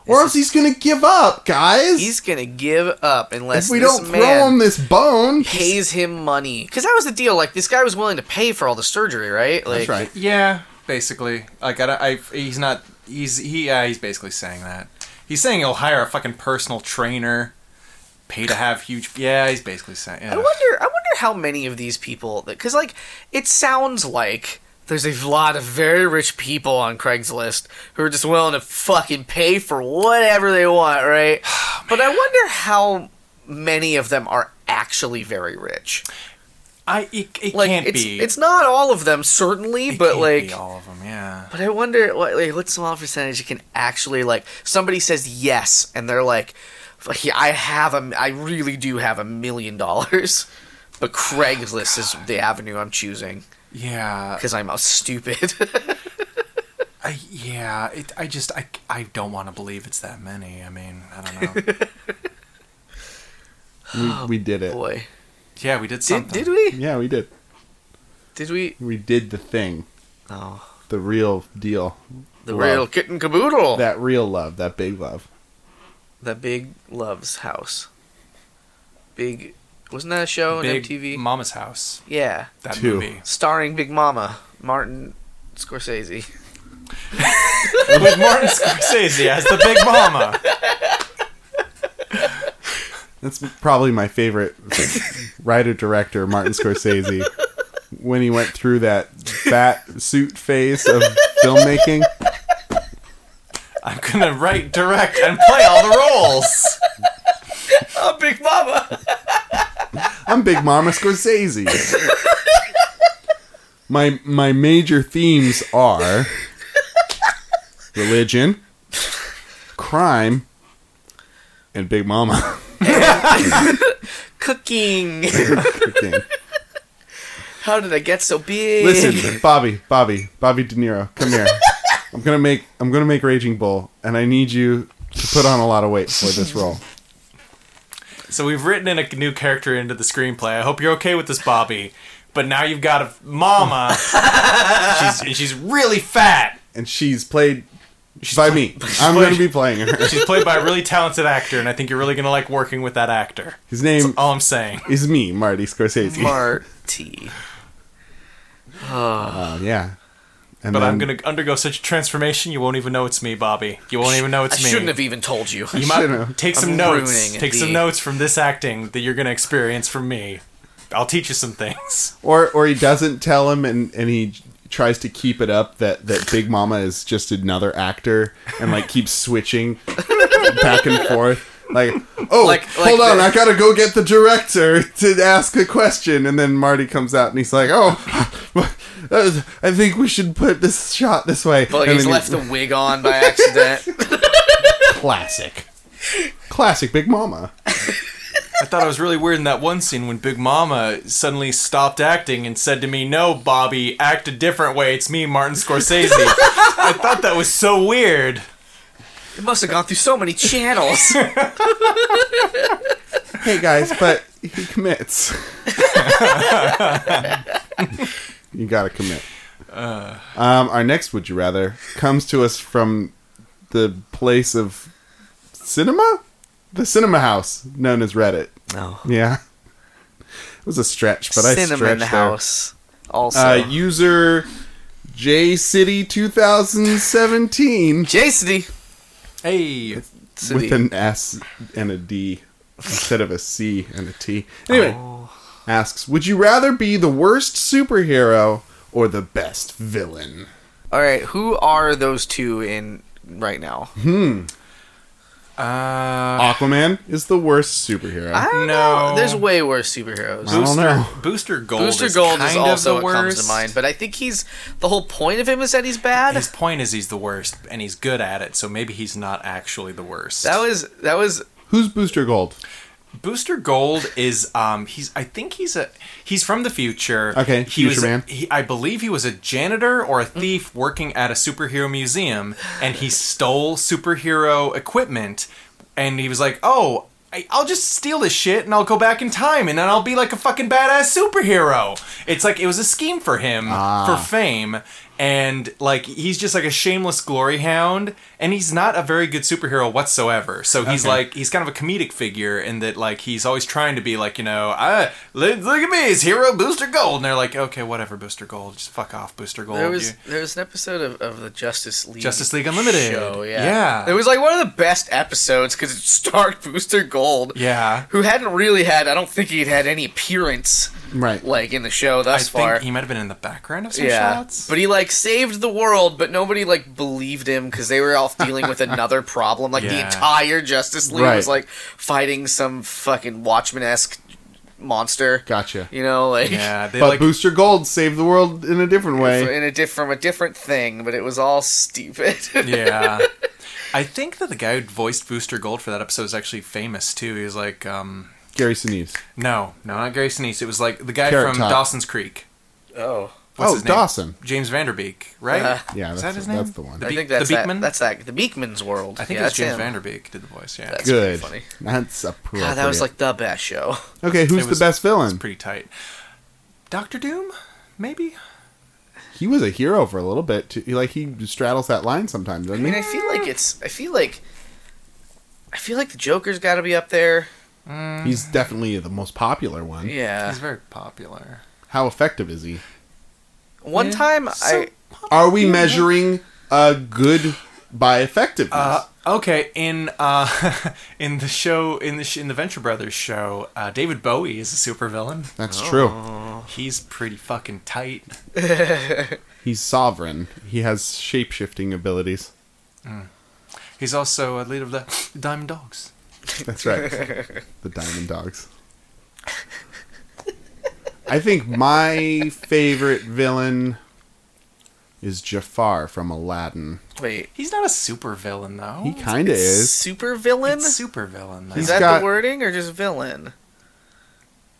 Speaker 1: Or else he's gonna give up, guys.
Speaker 3: He's gonna give up unless
Speaker 1: if we
Speaker 3: this
Speaker 1: don't
Speaker 3: man
Speaker 1: throw him this bone,
Speaker 3: pays him money. Because that was the deal. Like this guy was willing to pay for all the surgery, right? Like,
Speaker 1: that's right.
Speaker 2: Yeah, basically. Like I, don't- I he's not. He's he. Yeah, he's basically saying that. He's saying he'll hire a fucking personal trainer, pay to have huge. Yeah, he's basically saying.
Speaker 3: I
Speaker 2: Yeah.
Speaker 3: wonder. I wonder how many of these people. Because like it sounds like. There's a lot of very rich people on Craigslist who are just willing to fucking pay for whatever they want, right?
Speaker 1: Oh,
Speaker 3: but I wonder how many of them are actually very rich.
Speaker 2: I it, it
Speaker 3: Like
Speaker 2: can't
Speaker 3: it's
Speaker 2: be.
Speaker 3: it's not all of them certainly,
Speaker 2: It
Speaker 3: but
Speaker 2: can't
Speaker 3: like
Speaker 2: be all of them. Yeah.
Speaker 3: But I wonder what, like, what small percentage you can actually like. Somebody says yes, and they're like, "Fuck, yeah, "I have a, I really do have a million dollars," but Craigslist is the avenue I'm choosing
Speaker 2: Yeah.
Speaker 3: because I'm a stupid.
Speaker 2: I, yeah, it, I just I, I don't want to believe it's that many. I mean, I don't know. Oh,
Speaker 1: We, we did it.
Speaker 3: Boy,
Speaker 2: yeah, we did
Speaker 3: did,
Speaker 2: something.
Speaker 3: did we?
Speaker 1: Yeah, we did.
Speaker 3: Did we?
Speaker 1: We did the thing.
Speaker 3: Oh,
Speaker 1: The real deal.
Speaker 3: the
Speaker 1: Love.
Speaker 3: real kitten caboodle.
Speaker 1: That real love. That big love.
Speaker 3: the big loves house. Big wasn't that a show
Speaker 2: Big
Speaker 3: on MTV?
Speaker 2: Mama's House.
Speaker 3: yeah,
Speaker 2: That
Speaker 1: Two.
Speaker 2: movie
Speaker 3: starring Big Mama Martin Scorsese.
Speaker 2: with Martin Scorsese as the Big Mama.
Speaker 1: That's probably my favorite writer director, Martin Scorsese. When he went through that bat suit phase of filmmaking,
Speaker 2: I'm gonna write, direct, and play all the roles.
Speaker 3: Oh, Big Mama.
Speaker 1: I'm Big Mama Scorsese. My my major themes are religion, crime, and Big Mama.
Speaker 3: cooking.
Speaker 1: Again.
Speaker 3: How did I get so big?
Speaker 1: Listen, Bobby, Bobby, Bobby De Niro, come here. I'm gonna make I'm gonna make Raging Bull, and I need you to put on a lot of weight for this role.
Speaker 2: So we've written in a new character into the screenplay. I hope you're okay with this, Bobby. But now you've got a mama. she's and she's really fat.
Speaker 1: And she's played by me. I'm
Speaker 2: played-
Speaker 1: gonna be playing her.
Speaker 2: She's played by a really talented actor, and I think you're really gonna like working with that actor.
Speaker 1: His name
Speaker 2: All I'm saying.
Speaker 1: is me, Marty Scorsese.
Speaker 3: Marty.
Speaker 1: Uh, yeah. And
Speaker 2: But
Speaker 1: then
Speaker 2: I'm gonna undergo such a transformation, you won't even know it's me, Bobby. You won't even know
Speaker 3: I
Speaker 2: it's me.
Speaker 3: shouldn't have even told you.
Speaker 2: You might
Speaker 1: should've.
Speaker 2: take some
Speaker 3: I'm
Speaker 2: notes.
Speaker 3: ruining
Speaker 2: Take some
Speaker 3: the-
Speaker 2: notes from this acting that you're gonna experience from me. I'll teach you some things.
Speaker 1: or or he doesn't tell him, and and he tries to keep it up that that Big Mama is just another actor, and like keeps switching back and forth. Like, oh,
Speaker 3: Like-
Speaker 1: hold
Speaker 3: like
Speaker 1: on,
Speaker 3: the-
Speaker 1: I gotta go get the director to ask a question, and then Marty comes out and he's like, oh. that was- I think we should put this shot this way.
Speaker 3: Well,
Speaker 1: And
Speaker 3: he's
Speaker 1: then
Speaker 3: left
Speaker 1: he-
Speaker 3: the wig on by accident.
Speaker 1: classic, classic Big Mama.
Speaker 2: I thought it was really weird in that one scene when Big Mama suddenly stopped acting and said to me, No, Bobby, act a different way. It's me, Martin Scorsese. I thought that was so weird.
Speaker 3: it must have gone through so many channels.
Speaker 1: Hey guys, but he commits. you gotta commit. um, our next Would You Rather comes to us from the place of cinema? The cinema house, known as Reddit.
Speaker 3: No.
Speaker 1: Yeah. It was a stretch, but I
Speaker 3: Cinnamon
Speaker 1: stretched
Speaker 3: House. Also.
Speaker 1: there. Uh, user JCity2017
Speaker 3: Jason.
Speaker 2: Hey.
Speaker 1: with an S and a D instead of a C and a T. Anyway
Speaker 2: Oh.
Speaker 1: asks, "Would you rather be the worst superhero or the best villain?"
Speaker 3: All right, who are those two in right now?
Speaker 2: Uh,
Speaker 1: Aquaman is the worst superhero.
Speaker 3: I
Speaker 1: I,
Speaker 3: don't
Speaker 2: No.
Speaker 3: know. There's way worse superheroes.
Speaker 1: don't know.
Speaker 2: Booster Gold
Speaker 3: Booster
Speaker 2: is
Speaker 3: Gold
Speaker 2: kind
Speaker 3: is also
Speaker 2: of the
Speaker 3: what
Speaker 2: worst.
Speaker 3: comes to mind, but I think he's the whole point of him is that he's bad.
Speaker 2: His point is he's the worst, and he's good at it, so maybe he's not actually the worst.
Speaker 3: that was that was
Speaker 1: Who's Booster Gold?
Speaker 2: Booster Gold is um he's I think he's a he's from the future.
Speaker 1: Okay,
Speaker 2: he
Speaker 1: future
Speaker 2: was
Speaker 1: man.
Speaker 2: He, I believe he was a janitor or a thief working at a superhero museum, and he stole superhero equipment, and he was like, oh. I- I'll just steal this shit and I'll go back in time and then I'll
Speaker 1: Ah.
Speaker 2: be like a fucking badass superhero. It's like it was a scheme for him for fame, and like he's just like a shameless glory hound and he's not a very good superhero whatsoever so he's
Speaker 1: Okay.
Speaker 2: like he's kind of a comedic figure in that like he's always trying to be like you know I, look, look at me it's hero booster gold and they're like okay whatever booster gold just fuck off booster gold
Speaker 3: There was
Speaker 2: You-
Speaker 3: there was an episode of, of the Justice League
Speaker 2: Justice League Unlimited.
Speaker 3: show, yeah.
Speaker 2: Yeah.
Speaker 3: It was like one of the best episodes because it starred Booster Gold,
Speaker 2: yeah
Speaker 3: who hadn't really had I don't think he'd had any appearance
Speaker 1: Right.
Speaker 3: like in the show
Speaker 2: I
Speaker 3: thus
Speaker 2: think
Speaker 3: far.
Speaker 2: he might have been in the background of some
Speaker 3: yeah,
Speaker 2: shots
Speaker 3: but he like saved the world, but nobody like believed him because they were all dealing with another problem. Like the
Speaker 2: Yeah.
Speaker 3: entire Justice League
Speaker 1: Right.
Speaker 3: was like fighting some fucking Watchmen esque monster.
Speaker 1: Gotcha.
Speaker 3: You know, like
Speaker 2: yeah they
Speaker 1: But
Speaker 2: like
Speaker 1: Booster Gold saved the world in a different way.
Speaker 3: in a diff- from a different thing, but it was all stupid.
Speaker 2: yeah. I think that the guy who voiced Booster Gold for that episode is actually famous too. He was like, um,
Speaker 1: Gary Sinise.
Speaker 2: no, no, not Gary Sinise. It was like the guy
Speaker 1: Carrot
Speaker 2: from
Speaker 1: Top.
Speaker 2: Dawson's Creek.
Speaker 3: oh,
Speaker 2: What's
Speaker 1: oh,
Speaker 2: his name?
Speaker 1: Dawson.
Speaker 2: James Vanderbeek, right?
Speaker 3: Uh,
Speaker 1: Yeah, that's,
Speaker 2: Is that his
Speaker 1: the,
Speaker 2: name?
Speaker 1: that's the one.
Speaker 2: The
Speaker 3: I
Speaker 2: Beak-
Speaker 3: think that's
Speaker 2: the
Speaker 3: that,
Speaker 2: Beekman?
Speaker 3: that's that the Beekman's world.
Speaker 2: I think
Speaker 3: yeah,
Speaker 2: it was
Speaker 3: that's
Speaker 2: James
Speaker 3: him.
Speaker 2: Vanderbeek did the voice. Yeah,
Speaker 3: That's pretty
Speaker 1: Good.
Speaker 3: funny.
Speaker 1: That's appropriate.
Speaker 3: God, that was like the best show.
Speaker 1: Okay, who's
Speaker 2: It was-
Speaker 1: the best
Speaker 2: it's
Speaker 1: villain?
Speaker 2: pretty tight. Doctor Doom, maybe.
Speaker 1: he was a hero for a little bit. Too. He- Like he straddles that line sometimes,
Speaker 3: I
Speaker 1: doesn't
Speaker 3: mean,
Speaker 1: he?
Speaker 3: I feel like it's. I feel like. I feel like the Joker's got to be up there.
Speaker 1: He's definitely the most popular one.
Speaker 3: Yeah.
Speaker 2: He's very popular.
Speaker 1: How effective is he?
Speaker 3: One time, I
Speaker 1: Are we measuring a good by effectiveness?
Speaker 2: Uh, okay, in uh, in the show in the sh- in the Venture Brothers show, uh, David Bowie is a supervillain.
Speaker 1: That's true.
Speaker 2: He's pretty fucking tight.
Speaker 1: He's sovereign. He has shape shifting abilities.
Speaker 2: He's also a leader of the Diamond Dogs.
Speaker 1: That's right. the Diamond Dogs. I think my favorite villain is Jafar from Aladdin.
Speaker 3: wait.
Speaker 2: He's not a super villain though.
Speaker 3: Oh,
Speaker 1: He kind of is.
Speaker 3: Super villain?
Speaker 2: He's super villain. Though.
Speaker 1: He's
Speaker 3: Is that
Speaker 1: got-
Speaker 3: the wording or just villain?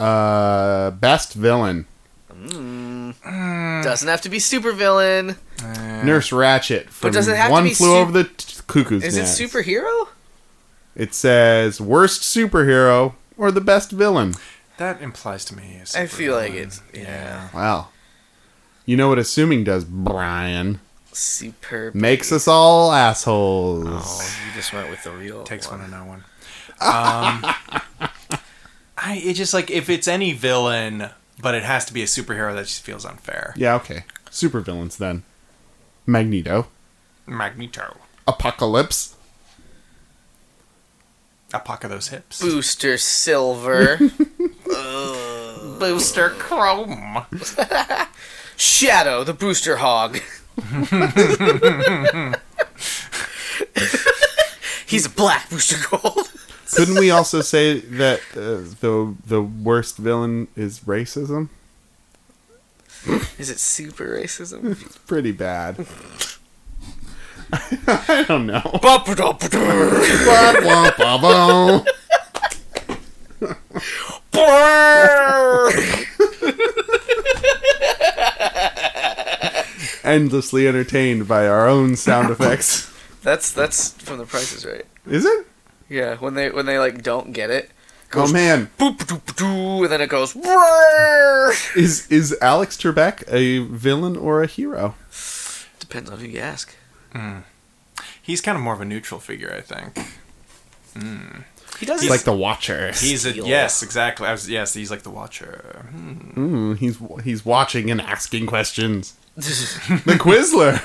Speaker 1: Uh, best villain.
Speaker 2: Mm,
Speaker 3: Doesn't have to be super villain.
Speaker 2: Uh,
Speaker 1: Nurse Ratchet from
Speaker 3: does it have to
Speaker 1: One
Speaker 3: be
Speaker 1: Flew
Speaker 3: su-
Speaker 1: Over the t- Cuckoo's
Speaker 3: Is it
Speaker 1: Nest.
Speaker 3: superhero?
Speaker 1: It says worst superhero or the best villain.
Speaker 2: that implies to me. he's a
Speaker 3: I feel like
Speaker 2: supervillain.
Speaker 3: it's- yeah.
Speaker 1: Wow. You know what assuming does, Brian?
Speaker 3: Super.
Speaker 1: Makes us all assholes.
Speaker 3: Oh, you just went with the real.
Speaker 2: takes
Speaker 3: one.
Speaker 2: one to know one. Um, I it just like if it's any villain, but it has to be a superhero that just feels unfair.
Speaker 1: Yeah, okay. Supervillains then. Magneto.
Speaker 2: Magneto,
Speaker 1: Apocalypse.
Speaker 2: Apoca those hips.
Speaker 3: Booster Silver.
Speaker 2: Booster Chrome.
Speaker 3: Shadow, the Booster Hog. He's a black Booster Gold.
Speaker 1: Couldn't we also say that uh, the the worst villain is racism?
Speaker 3: Is it super racism?
Speaker 1: It's pretty bad. I don't know. Wah, wah, wah, wah. Endlessly entertained by our own sound effects.
Speaker 3: that's that's from The Price is Right.
Speaker 1: Is it?
Speaker 3: Yeah, when they when they like don't get it,
Speaker 1: Oh man,
Speaker 3: boop doop doo, and then it goes. "Brrr."
Speaker 1: is is Alex Trebek a villain or a hero?
Speaker 3: Depends on who you ask.
Speaker 2: He's kind of more of a neutral figure, I think.
Speaker 3: He does.
Speaker 1: He's like the Watcher.
Speaker 2: He's a
Speaker 3: Heel.
Speaker 2: yes, exactly. I was, yes, he's like the Watcher. Hmm.
Speaker 1: Mm, he's he's watching and asking questions. the Quizler.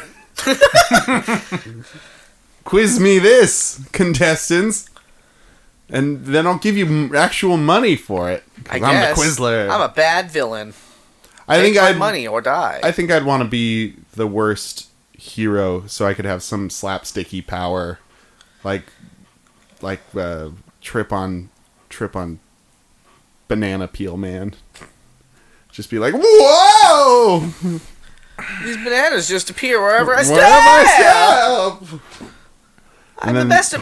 Speaker 1: Quiz me this, contestants, and then I'll give you m- actual money for it. 'Cause
Speaker 3: I
Speaker 1: I'm
Speaker 3: guess.
Speaker 1: the Quizler.
Speaker 3: I'm a bad villain.
Speaker 1: I think
Speaker 3: Take my
Speaker 1: I'd
Speaker 3: money or die.
Speaker 1: I think I'd want to be the worst hero, so I could have some slapsticky power, like like uh, trip on trip on banana peel man. Just be like, whoa!
Speaker 3: These bananas just appear wherever I
Speaker 1: Wherever
Speaker 3: step.
Speaker 1: I step!
Speaker 3: I'm
Speaker 1: And
Speaker 3: the
Speaker 1: then-
Speaker 3: best at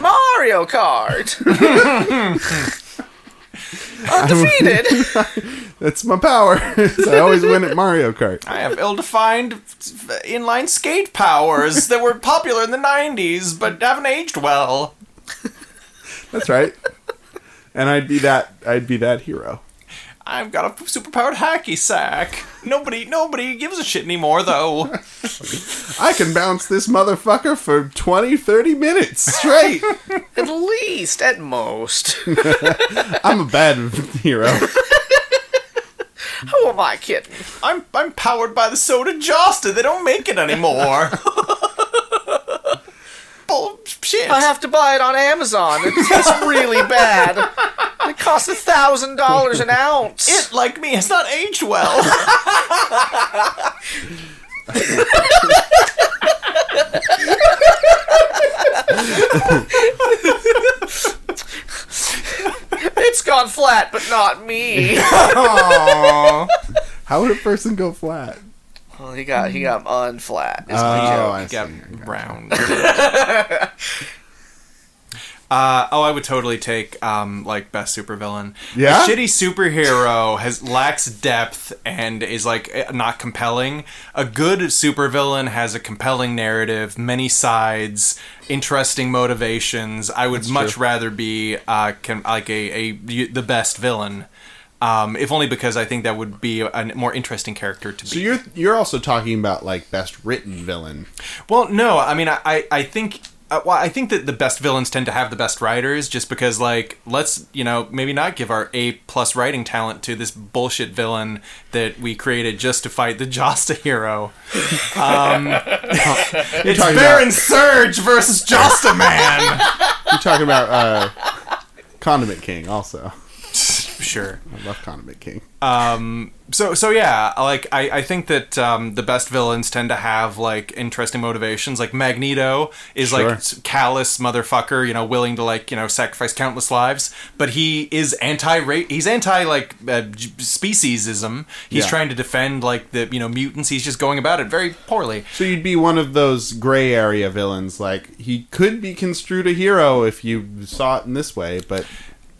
Speaker 3: Mario Kart. Undefeated.
Speaker 1: That's my power. I always win at Mario Kart.
Speaker 2: I have ill-defined inline skate powers that were popular in the '90s, but haven't aged well.
Speaker 1: That's right. And I'd be that. I'd be that hero.
Speaker 2: I've got a superpowered hacky sack. Nobody, nobody gives a shit anymore, though.
Speaker 1: I can bounce this motherfucker for 20, 30 minutes straight.
Speaker 3: At least, at most.
Speaker 1: I'm a bad hero.
Speaker 3: Who am I kidding?
Speaker 2: I'm, I'm powered by the soda Josta. They don't make it anymore. Bullshit.
Speaker 3: I have to buy it on Amazon. It tastes really bad. It costs a thousand dollars an ounce.
Speaker 2: it, like me, has not aged well.
Speaker 3: it's gone flat, but not me.
Speaker 1: How would a person go flat?
Speaker 3: well, he got he got unflat. Is my
Speaker 1: Oh,
Speaker 3: joke.
Speaker 1: I see.
Speaker 2: Got round. Uh, oh, I would totally take um, like best supervillain.
Speaker 1: Yeah?
Speaker 2: a shitty superhero has lacks depth and is like eh, not compelling. A good supervillain has a compelling narrative, many sides, interesting motivations. I would much rather be uh, can, like a, a the best villain, um, if only because I think that would be a, a more interesting character to be.
Speaker 1: So you're you're also talking about like best written villain.
Speaker 2: Well, no, I mean, I, I, I think. Uh, well, I think that the best villains tend to have the best writers, just because, like, let's you know maybe not give our A plus writing talent to this bullshit villain that we created just to fight the Josta hero. Um, it's
Speaker 1: talking
Speaker 2: Baron Surge versus Josta Man.
Speaker 1: You're talking about uh, Condiment King also.
Speaker 2: sure.
Speaker 1: I love Condiment King.
Speaker 2: So so yeah, like I, I think that um, the best villains tend to have like interesting motivations. Like Magneto is
Speaker 1: Sure.
Speaker 2: like s- callous motherfucker, you know, willing to like you know sacrifice countless lives, but he is anti race. He's anti like uh, j- speciesism. He's
Speaker 1: Yeah.
Speaker 2: trying to defend like the you know mutants. He's just going about it very poorly.
Speaker 1: So you'd be one of those gray area villains. Like he could be construed a hero if you saw it in this way, but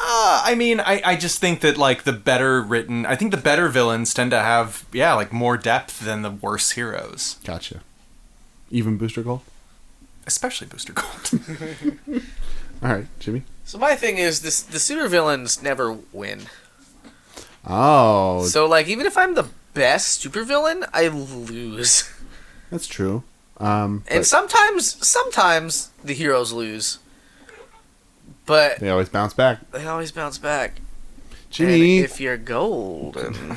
Speaker 2: Uh, I mean, I, I just think that like the better written, I think the better villains tend to have yeah like more depth than the worse heroes,
Speaker 1: gotcha. Even Booster Gold.
Speaker 2: especially Booster Gold.
Speaker 1: All right, Jimmy.
Speaker 3: So my thing is this: the supervillains never win.
Speaker 1: Oh,
Speaker 3: So like, even if I'm the best supervillain, I lose.
Speaker 1: that's true. Um,
Speaker 3: And
Speaker 1: but
Speaker 3: sometimes, sometimes the heroes lose, but
Speaker 1: they always bounce back.
Speaker 3: they always bounce back.
Speaker 1: Jimmy,
Speaker 3: And if you're golden,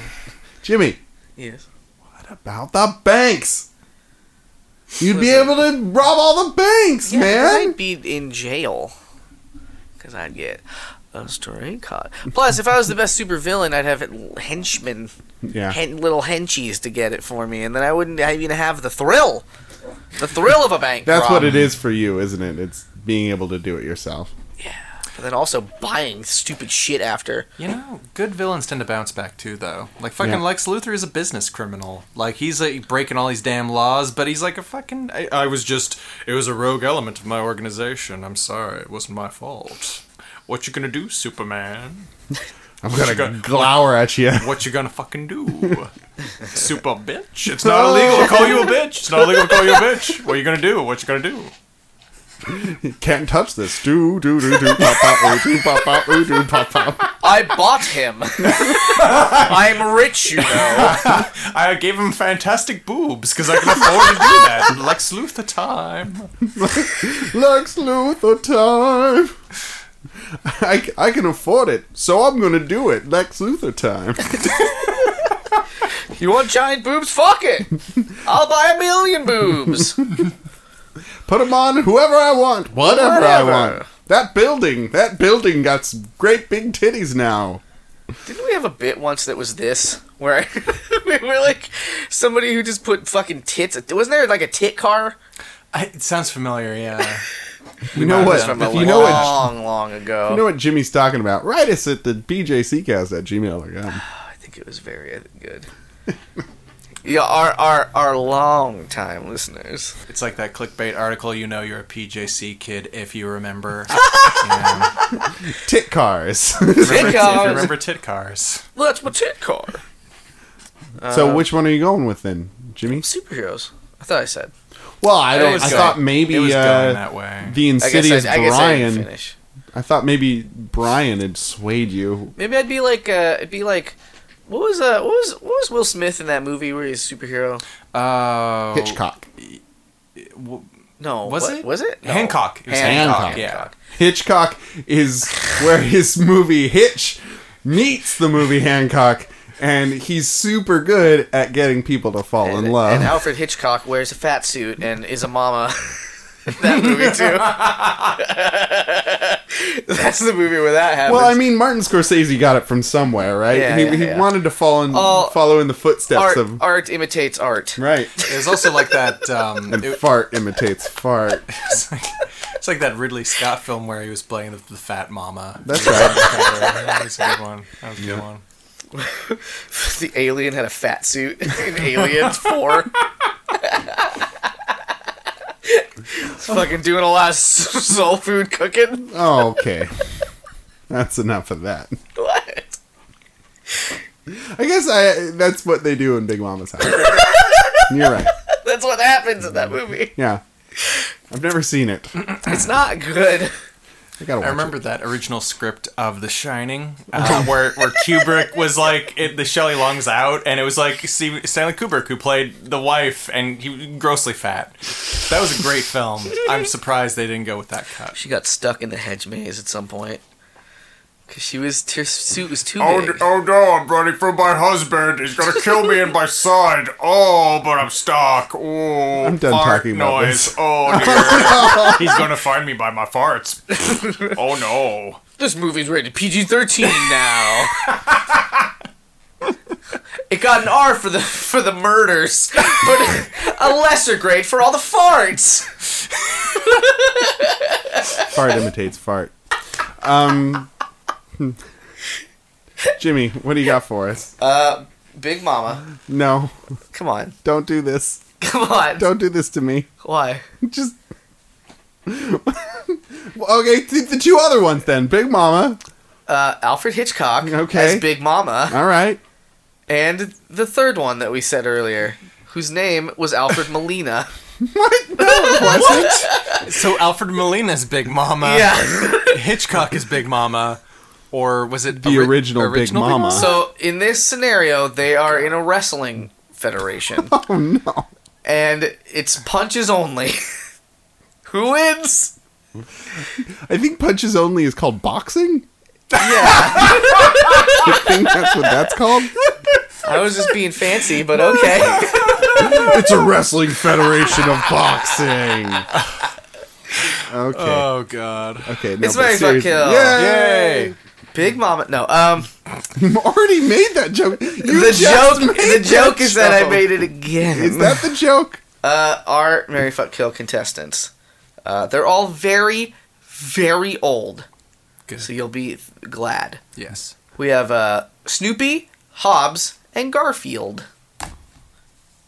Speaker 1: Jimmy,
Speaker 3: yes.
Speaker 1: what about the banks? You'd be
Speaker 3: Listen.
Speaker 1: able to rob all the banks,
Speaker 3: Yeah, 'cause
Speaker 1: man.
Speaker 3: I'd be in jail because I'd get a stray caught. Plus, if I was the best supervillain, I'd have henchmen,
Speaker 1: Yeah.
Speaker 3: hen- little henchies to get it for me, and then I wouldn't even have the thrill, the thrill of a bank.
Speaker 1: That's
Speaker 3: rob.
Speaker 1: what it is for you, isn't it? It's being able to do it yourself.
Speaker 3: But then also buying stupid shit after.
Speaker 2: You know, good villains tend to bounce back too, though. Like fucking
Speaker 1: Yeah.
Speaker 2: Lex Luthor is a business criminal. Like he's like breaking all these damn laws, but he's like a fucking. I, I was just. It was a rogue element of my organization. I'm sorry, it wasn't my fault. What you gonna do, Superman?
Speaker 1: I'm
Speaker 2: you
Speaker 1: gonna
Speaker 2: gonna-
Speaker 1: glower at you.
Speaker 2: What you gonna fucking do, super bitch? It's not illegal to call you a bitch. It's not illegal to call you a bitch. What you gonna do? What you gonna do?
Speaker 1: Can't touch this. Do do do do pop pop oo, do pop pop oo, do pop pop.
Speaker 3: I bought him. I'm rich, you know.
Speaker 2: I gave him fantastic boobs because I can afford to do that. Lex Luthor time.
Speaker 1: Lex Luthor time. I, I can afford it, so I'm gonna do it. Lex Luthor time.
Speaker 3: You want giant boobs? Fuck it. I'll buy a million boobs.
Speaker 1: Put them on whoever I want, whatever,
Speaker 3: Whatever.
Speaker 1: I want. That building, that building got some great big titties now.
Speaker 3: Didn't we have a bit once that was this where we were like somebody who just put fucking tits? Wasn't there like a tit car?
Speaker 2: I, it sounds familiar, yeah.
Speaker 1: You know
Speaker 2: might
Speaker 1: what?
Speaker 2: have
Speaker 3: From a
Speaker 1: If you know what?
Speaker 3: long, long ago.
Speaker 1: You know what Jimmy's talking about. Write us at the bjccast at gmail.com.
Speaker 3: I think it was very good. Yeah, our our our long time listeners.
Speaker 2: It's like that clickbait article. You know you're a PJC kid if you remember. Yeah.
Speaker 1: Tit cars.
Speaker 3: Tit
Speaker 2: If you
Speaker 3: cars.
Speaker 2: remember tit cars.
Speaker 3: That's my tit car.
Speaker 1: so which one are you going with then, Jimmy?
Speaker 3: Superheroes. I thought I said.
Speaker 1: Well, I don't. I
Speaker 3: was going-
Speaker 1: thought maybe
Speaker 2: It was going
Speaker 1: uh,
Speaker 2: that way.
Speaker 1: the
Speaker 3: I guess
Speaker 1: insidious
Speaker 3: I, I guess I didn't
Speaker 1: Brian. I,
Speaker 3: finish.
Speaker 1: thought maybe Brian had swayed you.
Speaker 3: Maybe I'd be like uh, it'd be like What was uh, what was what was Will Smith in that movie where he's a superhero?
Speaker 2: Oh.
Speaker 1: Hitchcock.
Speaker 2: w-
Speaker 3: No,
Speaker 2: Was
Speaker 3: what-
Speaker 2: it?
Speaker 3: Was it No.
Speaker 2: Hancock. It was
Speaker 1: Hancock.
Speaker 2: Yeah.
Speaker 1: Hitchcock is where his movie Hitch meets the movie Hancock, and he's super good at getting people to fall
Speaker 3: And,
Speaker 1: in love.
Speaker 3: and Alfred Hitchcock wears a fat suit and is a mama. that movie too. That's the movie where that happens.
Speaker 1: well, I mean, Martin Scorsese got it from somewhere, right?
Speaker 3: Yeah,
Speaker 1: he
Speaker 3: yeah,
Speaker 1: he
Speaker 3: yeah.
Speaker 1: wanted to follow in,
Speaker 3: Oh,
Speaker 1: follow in the footsteps
Speaker 3: art,
Speaker 1: of
Speaker 3: art imitates art.
Speaker 1: right,
Speaker 2: It was also like that. Um,
Speaker 1: and
Speaker 2: it-
Speaker 1: fart imitates fart.
Speaker 2: it's, like, it's like that Ridley Scott film where he was playing the, the fat mama.
Speaker 1: That's right.
Speaker 2: that was a good one. That was a good one.
Speaker 3: The alien had a fat suit in Alien Four. It's fucking doing a lot of s- soul food cooking.
Speaker 1: Oh, okay, that's enough of that.
Speaker 3: What?
Speaker 1: I guess I that's what they do in Big Mama's house. You're right.
Speaker 3: That's what happens in that movie.
Speaker 1: Yeah, I've never seen it.
Speaker 3: It's not good.
Speaker 1: I gotta watch
Speaker 2: I
Speaker 1: it.
Speaker 2: remember that original script of The Shining, uh, where where Kubrick was like it, the Shelley Long's out, and it was like Steve, Stanley Kubrick who played the wife, and he was grossly fat. That was a great film. I'm surprised they didn't go with that cut.
Speaker 3: She got stuck in the hedge maze at some point. Cause she was her suit was too
Speaker 4: Oh,
Speaker 3: big.
Speaker 4: d- oh no, I'm running from my husband. He's gonna kill me in my side. Oh, but I'm stuck. Oh,
Speaker 1: I'm done
Speaker 4: fart
Speaker 1: talking about
Speaker 4: noise.
Speaker 1: this.
Speaker 4: Oh, dear. He's gonna find me by my farts. Oh no.
Speaker 3: This movie's rated PG thirteen now. it got an R for the for the murders, but a lesser grade for all the farts.
Speaker 1: Fart imitates fart. Um, Jimmy, what do you got for us?
Speaker 3: Big Mama,
Speaker 1: No,
Speaker 3: come on,
Speaker 1: don't do this.
Speaker 3: come on.
Speaker 1: Don't do this to me.
Speaker 3: Why?
Speaker 1: Just. Well, okay, th- the two other ones then. Big Mama.
Speaker 3: Uh, Alfred Hitchcock
Speaker 1: Okay.
Speaker 3: as Big Mama,
Speaker 1: All right.
Speaker 3: and the third one that we said earlier, whose name was Alfred Molina.
Speaker 1: What? No, it wasn't.
Speaker 2: So Alfred Molina's Big Mama,
Speaker 3: yeah.
Speaker 2: Hitchcock is Big Mama, or was it
Speaker 1: The
Speaker 2: ori-
Speaker 1: original Big Mama.
Speaker 3: So in this scenario, they are in a wrestling federation,
Speaker 1: Oh, no.
Speaker 3: and it's punches only. Who wins?
Speaker 1: I think Punches Only is called boxing.
Speaker 3: Yeah,
Speaker 1: I think that's what that's called.
Speaker 3: I was just being fancy, but okay.
Speaker 1: It's a wrestling federation of boxing. Okay.
Speaker 2: Oh God.
Speaker 1: okay. No,
Speaker 3: Uh, It's
Speaker 1: but
Speaker 3: Mary Fuck
Speaker 1: seriously-
Speaker 3: Kill.
Speaker 1: Yay!
Speaker 2: Yay.
Speaker 3: Big Mama. No, um,
Speaker 1: You already made that joke. You
Speaker 3: the
Speaker 1: just
Speaker 3: joke.
Speaker 1: made
Speaker 3: The joke is that I
Speaker 1: joke.
Speaker 3: made it again.
Speaker 1: Is that the joke?
Speaker 3: uh, are Mary Fuck Kill contestants? Uh, they're all very, very old,
Speaker 2: Good.
Speaker 3: so you'll be glad.
Speaker 2: Yes.
Speaker 3: We have uh, Snoopy, Hobbs, and Garfield.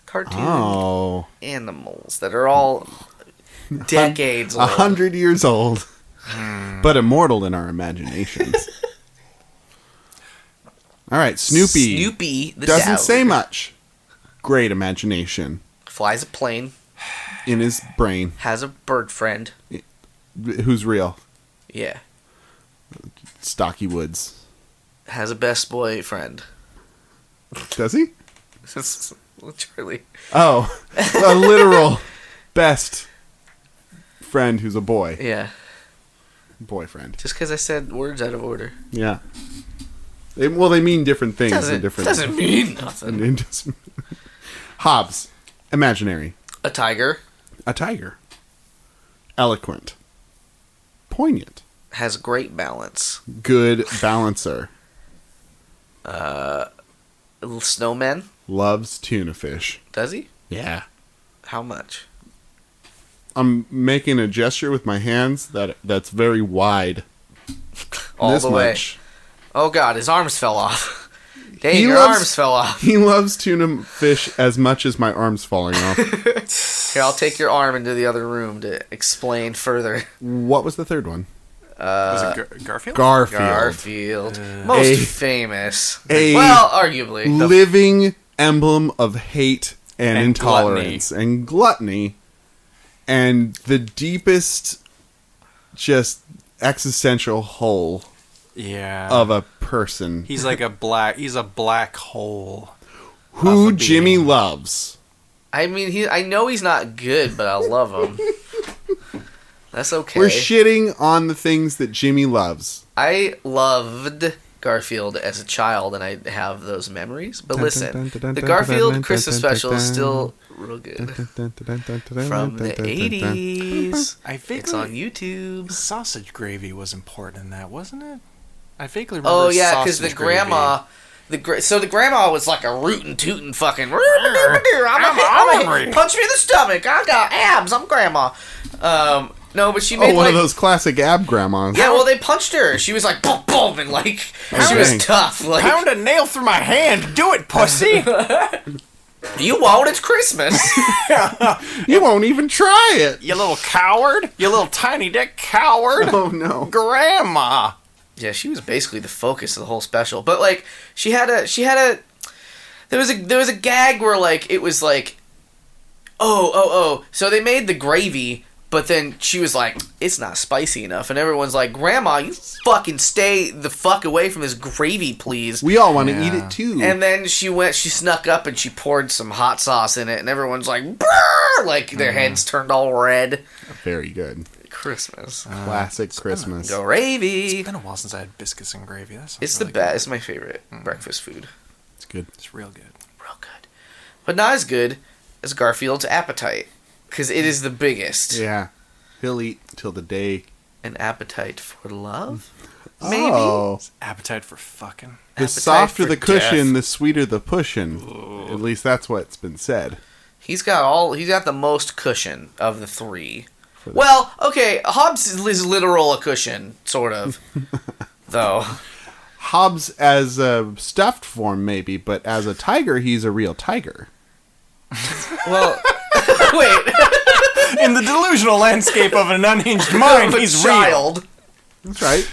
Speaker 3: Cartoon
Speaker 1: Oh,
Speaker 3: animals that are all decades
Speaker 1: a
Speaker 3: old.
Speaker 1: hundred years old,
Speaker 3: Hmm.
Speaker 1: but immortal in our imaginations. All right, Snoopy
Speaker 3: Snoopy the
Speaker 1: doesn't
Speaker 3: dog
Speaker 1: say much. Great imagination
Speaker 3: Flies a plane,
Speaker 1: in his brain.
Speaker 3: has a bird friend.
Speaker 1: Who's real?
Speaker 3: Yeah,
Speaker 1: Stocky Woods.
Speaker 3: has a best boy friend.
Speaker 1: Does he?
Speaker 3: Literally,
Speaker 1: Oh, a literal best friend who's a boy.
Speaker 3: yeah.
Speaker 1: Boyfriend.
Speaker 3: Just because I said words out of order
Speaker 1: Yeah. They, well, they mean different things. in
Speaker 3: doesn't
Speaker 1: different
Speaker 3: doesn't mean nothing.
Speaker 1: It doesn't- Hobbes, imaginary.
Speaker 3: A tiger
Speaker 1: A tiger. Eloquent. Poignant.
Speaker 3: has great balance.
Speaker 1: Good balancer.
Speaker 3: Snowman,
Speaker 1: Loves tuna fish.
Speaker 3: does he?
Speaker 1: Yeah.
Speaker 3: How much?
Speaker 1: I'm making a gesture with my hands that that's very wide.
Speaker 3: All
Speaker 1: this
Speaker 3: the way.
Speaker 1: much.
Speaker 3: Oh God, his arms fell off. Dang,
Speaker 1: He
Speaker 3: your
Speaker 1: loves-
Speaker 3: arms fell off.
Speaker 1: He loves tuna fish as much as my arm's falling off.
Speaker 3: Here, I'll take your arm into the other room to explain further.
Speaker 1: what was the third one?
Speaker 2: was it Gar- Garfield?
Speaker 1: Garfield.
Speaker 3: Garfield, most
Speaker 1: A-
Speaker 3: famous.
Speaker 1: a-
Speaker 3: well, arguably. the-
Speaker 1: living emblem of hate and,
Speaker 2: And
Speaker 1: intolerance and gluttony and the deepest just existential hole
Speaker 2: Yeah.
Speaker 1: of a person
Speaker 2: he's like a black. He's a black hole.
Speaker 1: who
Speaker 2: of a
Speaker 1: Jimmy
Speaker 2: being.
Speaker 1: loves.
Speaker 3: I mean, he. I know he's not good, but I love him. That's okay.
Speaker 1: We're shitting on the things that Jimmy loves.
Speaker 3: I loved Garfield as a child, and I have those memories. But
Speaker 1: Dun, dun, dun,
Speaker 3: listen,
Speaker 1: dun, dun,
Speaker 3: the
Speaker 1: dun,
Speaker 3: Garfield
Speaker 1: dun, dun,
Speaker 3: Christmas
Speaker 1: dun, dun,
Speaker 3: special is
Speaker 1: dun.
Speaker 3: still real good. From
Speaker 1: From
Speaker 3: the 80s.
Speaker 2: I vaguely
Speaker 3: It's on YouTube.
Speaker 2: sausage gravy was important in that, wasn't it? I vaguely remember.
Speaker 3: Oh yeah, because the
Speaker 2: sausage gravy.
Speaker 3: grandma, the gra- so the grandma was like a rootin' tootin' fucking. I'm, a, I'm a, punch me in the stomach. I got abs. I'm grandma. Um, no, but she
Speaker 1: Oh,
Speaker 3: made
Speaker 1: one
Speaker 3: like,
Speaker 1: of those classic ab grandmas.
Speaker 3: Yeah, well, they punched her. She was like boom, boom, and like she
Speaker 1: Oh,
Speaker 3: was
Speaker 1: dang.
Speaker 3: tough. Like
Speaker 2: Pound a nail through my hand. Do it, pussy.
Speaker 3: you won't. It's Christmas.
Speaker 1: You won't even try it.
Speaker 2: you little coward. You little tiny dick coward.
Speaker 1: Oh no.
Speaker 2: grandma.
Speaker 3: Yeah, she was basically the focus of the whole special. But like she had a she had a there was a there was a gag where like it was like oh oh oh so they made the gravy but then she was like it's not spicy enough and everyone's like grandma you fucking stay the fuck away from this gravy please
Speaker 1: We all want to eat
Speaker 2: Yeah.
Speaker 1: it too.
Speaker 3: and then she went she snuck up and she poured some hot sauce in it and everyone's like Brr! like their heads turned all red
Speaker 1: Very good.
Speaker 3: christmas
Speaker 2: Uh,
Speaker 1: Classic Christmas.
Speaker 3: gravy
Speaker 2: It's been a while since I had biscuits and gravy. That's
Speaker 3: it's the best it's my favorite breakfast food
Speaker 1: It's good.
Speaker 2: It's real good.
Speaker 3: real good, but not as good as Garfield's appetite because it is the biggest.
Speaker 1: Yeah. He'll eat till the day.
Speaker 3: An appetite for love, maybe.
Speaker 1: Oh.
Speaker 2: Appetite for fucking.
Speaker 1: The
Speaker 3: Appetite
Speaker 1: softer
Speaker 3: for
Speaker 1: the cushion, the sweeter the pushin. At least that's what's been said.
Speaker 3: He's got all. He's got the most cushion of the three.
Speaker 1: the-
Speaker 3: Well, okay, Hobbs is is literal a cushion, sort of. Though
Speaker 1: Hobbs as a stuffed form, maybe, but as a tiger, he's a real tiger.
Speaker 3: Well, wait,
Speaker 2: In the delusional landscape of an unhinged mind,
Speaker 3: I'm a
Speaker 2: he's real.
Speaker 3: child.
Speaker 1: That's right.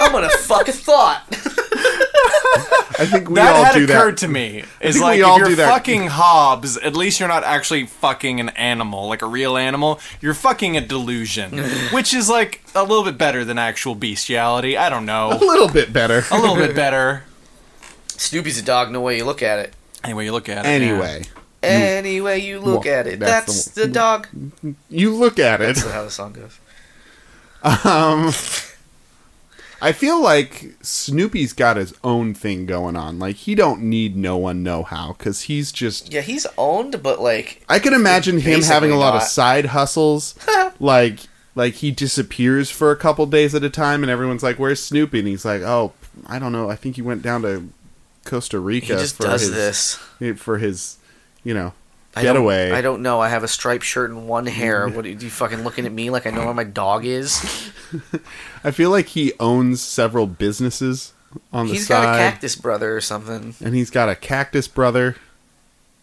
Speaker 3: I'm gonna fuck a thought.
Speaker 1: I think we
Speaker 2: that
Speaker 1: all
Speaker 2: had
Speaker 1: do
Speaker 2: occurred
Speaker 1: that.
Speaker 2: to me. Is
Speaker 1: think
Speaker 2: like
Speaker 1: we all
Speaker 2: if
Speaker 1: do
Speaker 2: you're
Speaker 1: that.
Speaker 2: fucking Hobbes, at least you're not actually fucking an animal, like a real animal. You're fucking a delusion, which is like a little bit better than actual bestiality. I don't
Speaker 1: a
Speaker 2: know,
Speaker 1: little bit better.
Speaker 2: a little bit better.
Speaker 3: Snoopy's a dog, no way you look at it.
Speaker 2: Anyway, you look at it. yeah.
Speaker 1: Anyway,
Speaker 3: Any way you look
Speaker 1: Well,
Speaker 3: at it,
Speaker 1: that's the
Speaker 3: that's,
Speaker 1: one.
Speaker 3: the dog.
Speaker 1: you look at it.
Speaker 3: That's how the song goes.
Speaker 1: Um, I feel like Snoopy's got his own thing going on. Like he don't need no one know how because he's just.
Speaker 3: Yeah, he's owned, but like
Speaker 1: I can imagine him
Speaker 3: Basically
Speaker 1: having a lot of
Speaker 3: not.
Speaker 1: side hustles, like like he disappears for a couple days at a time, and everyone's like, "Where's Snoopy?" And he's like, "Oh, I don't know. I think he went down to Costa Rica
Speaker 3: he just
Speaker 1: for
Speaker 3: does
Speaker 1: his eh,
Speaker 3: this.
Speaker 1: for his, you know,
Speaker 3: I don't-
Speaker 1: getaway."
Speaker 3: I don't know. I have a striped shirt and one hair. What are you fucking looking at me like I know where my dog is?
Speaker 1: I feel like he owns several businesses on the
Speaker 3: He's
Speaker 1: side,
Speaker 3: got a cactus brother or something.
Speaker 1: and he's got a cactus brother.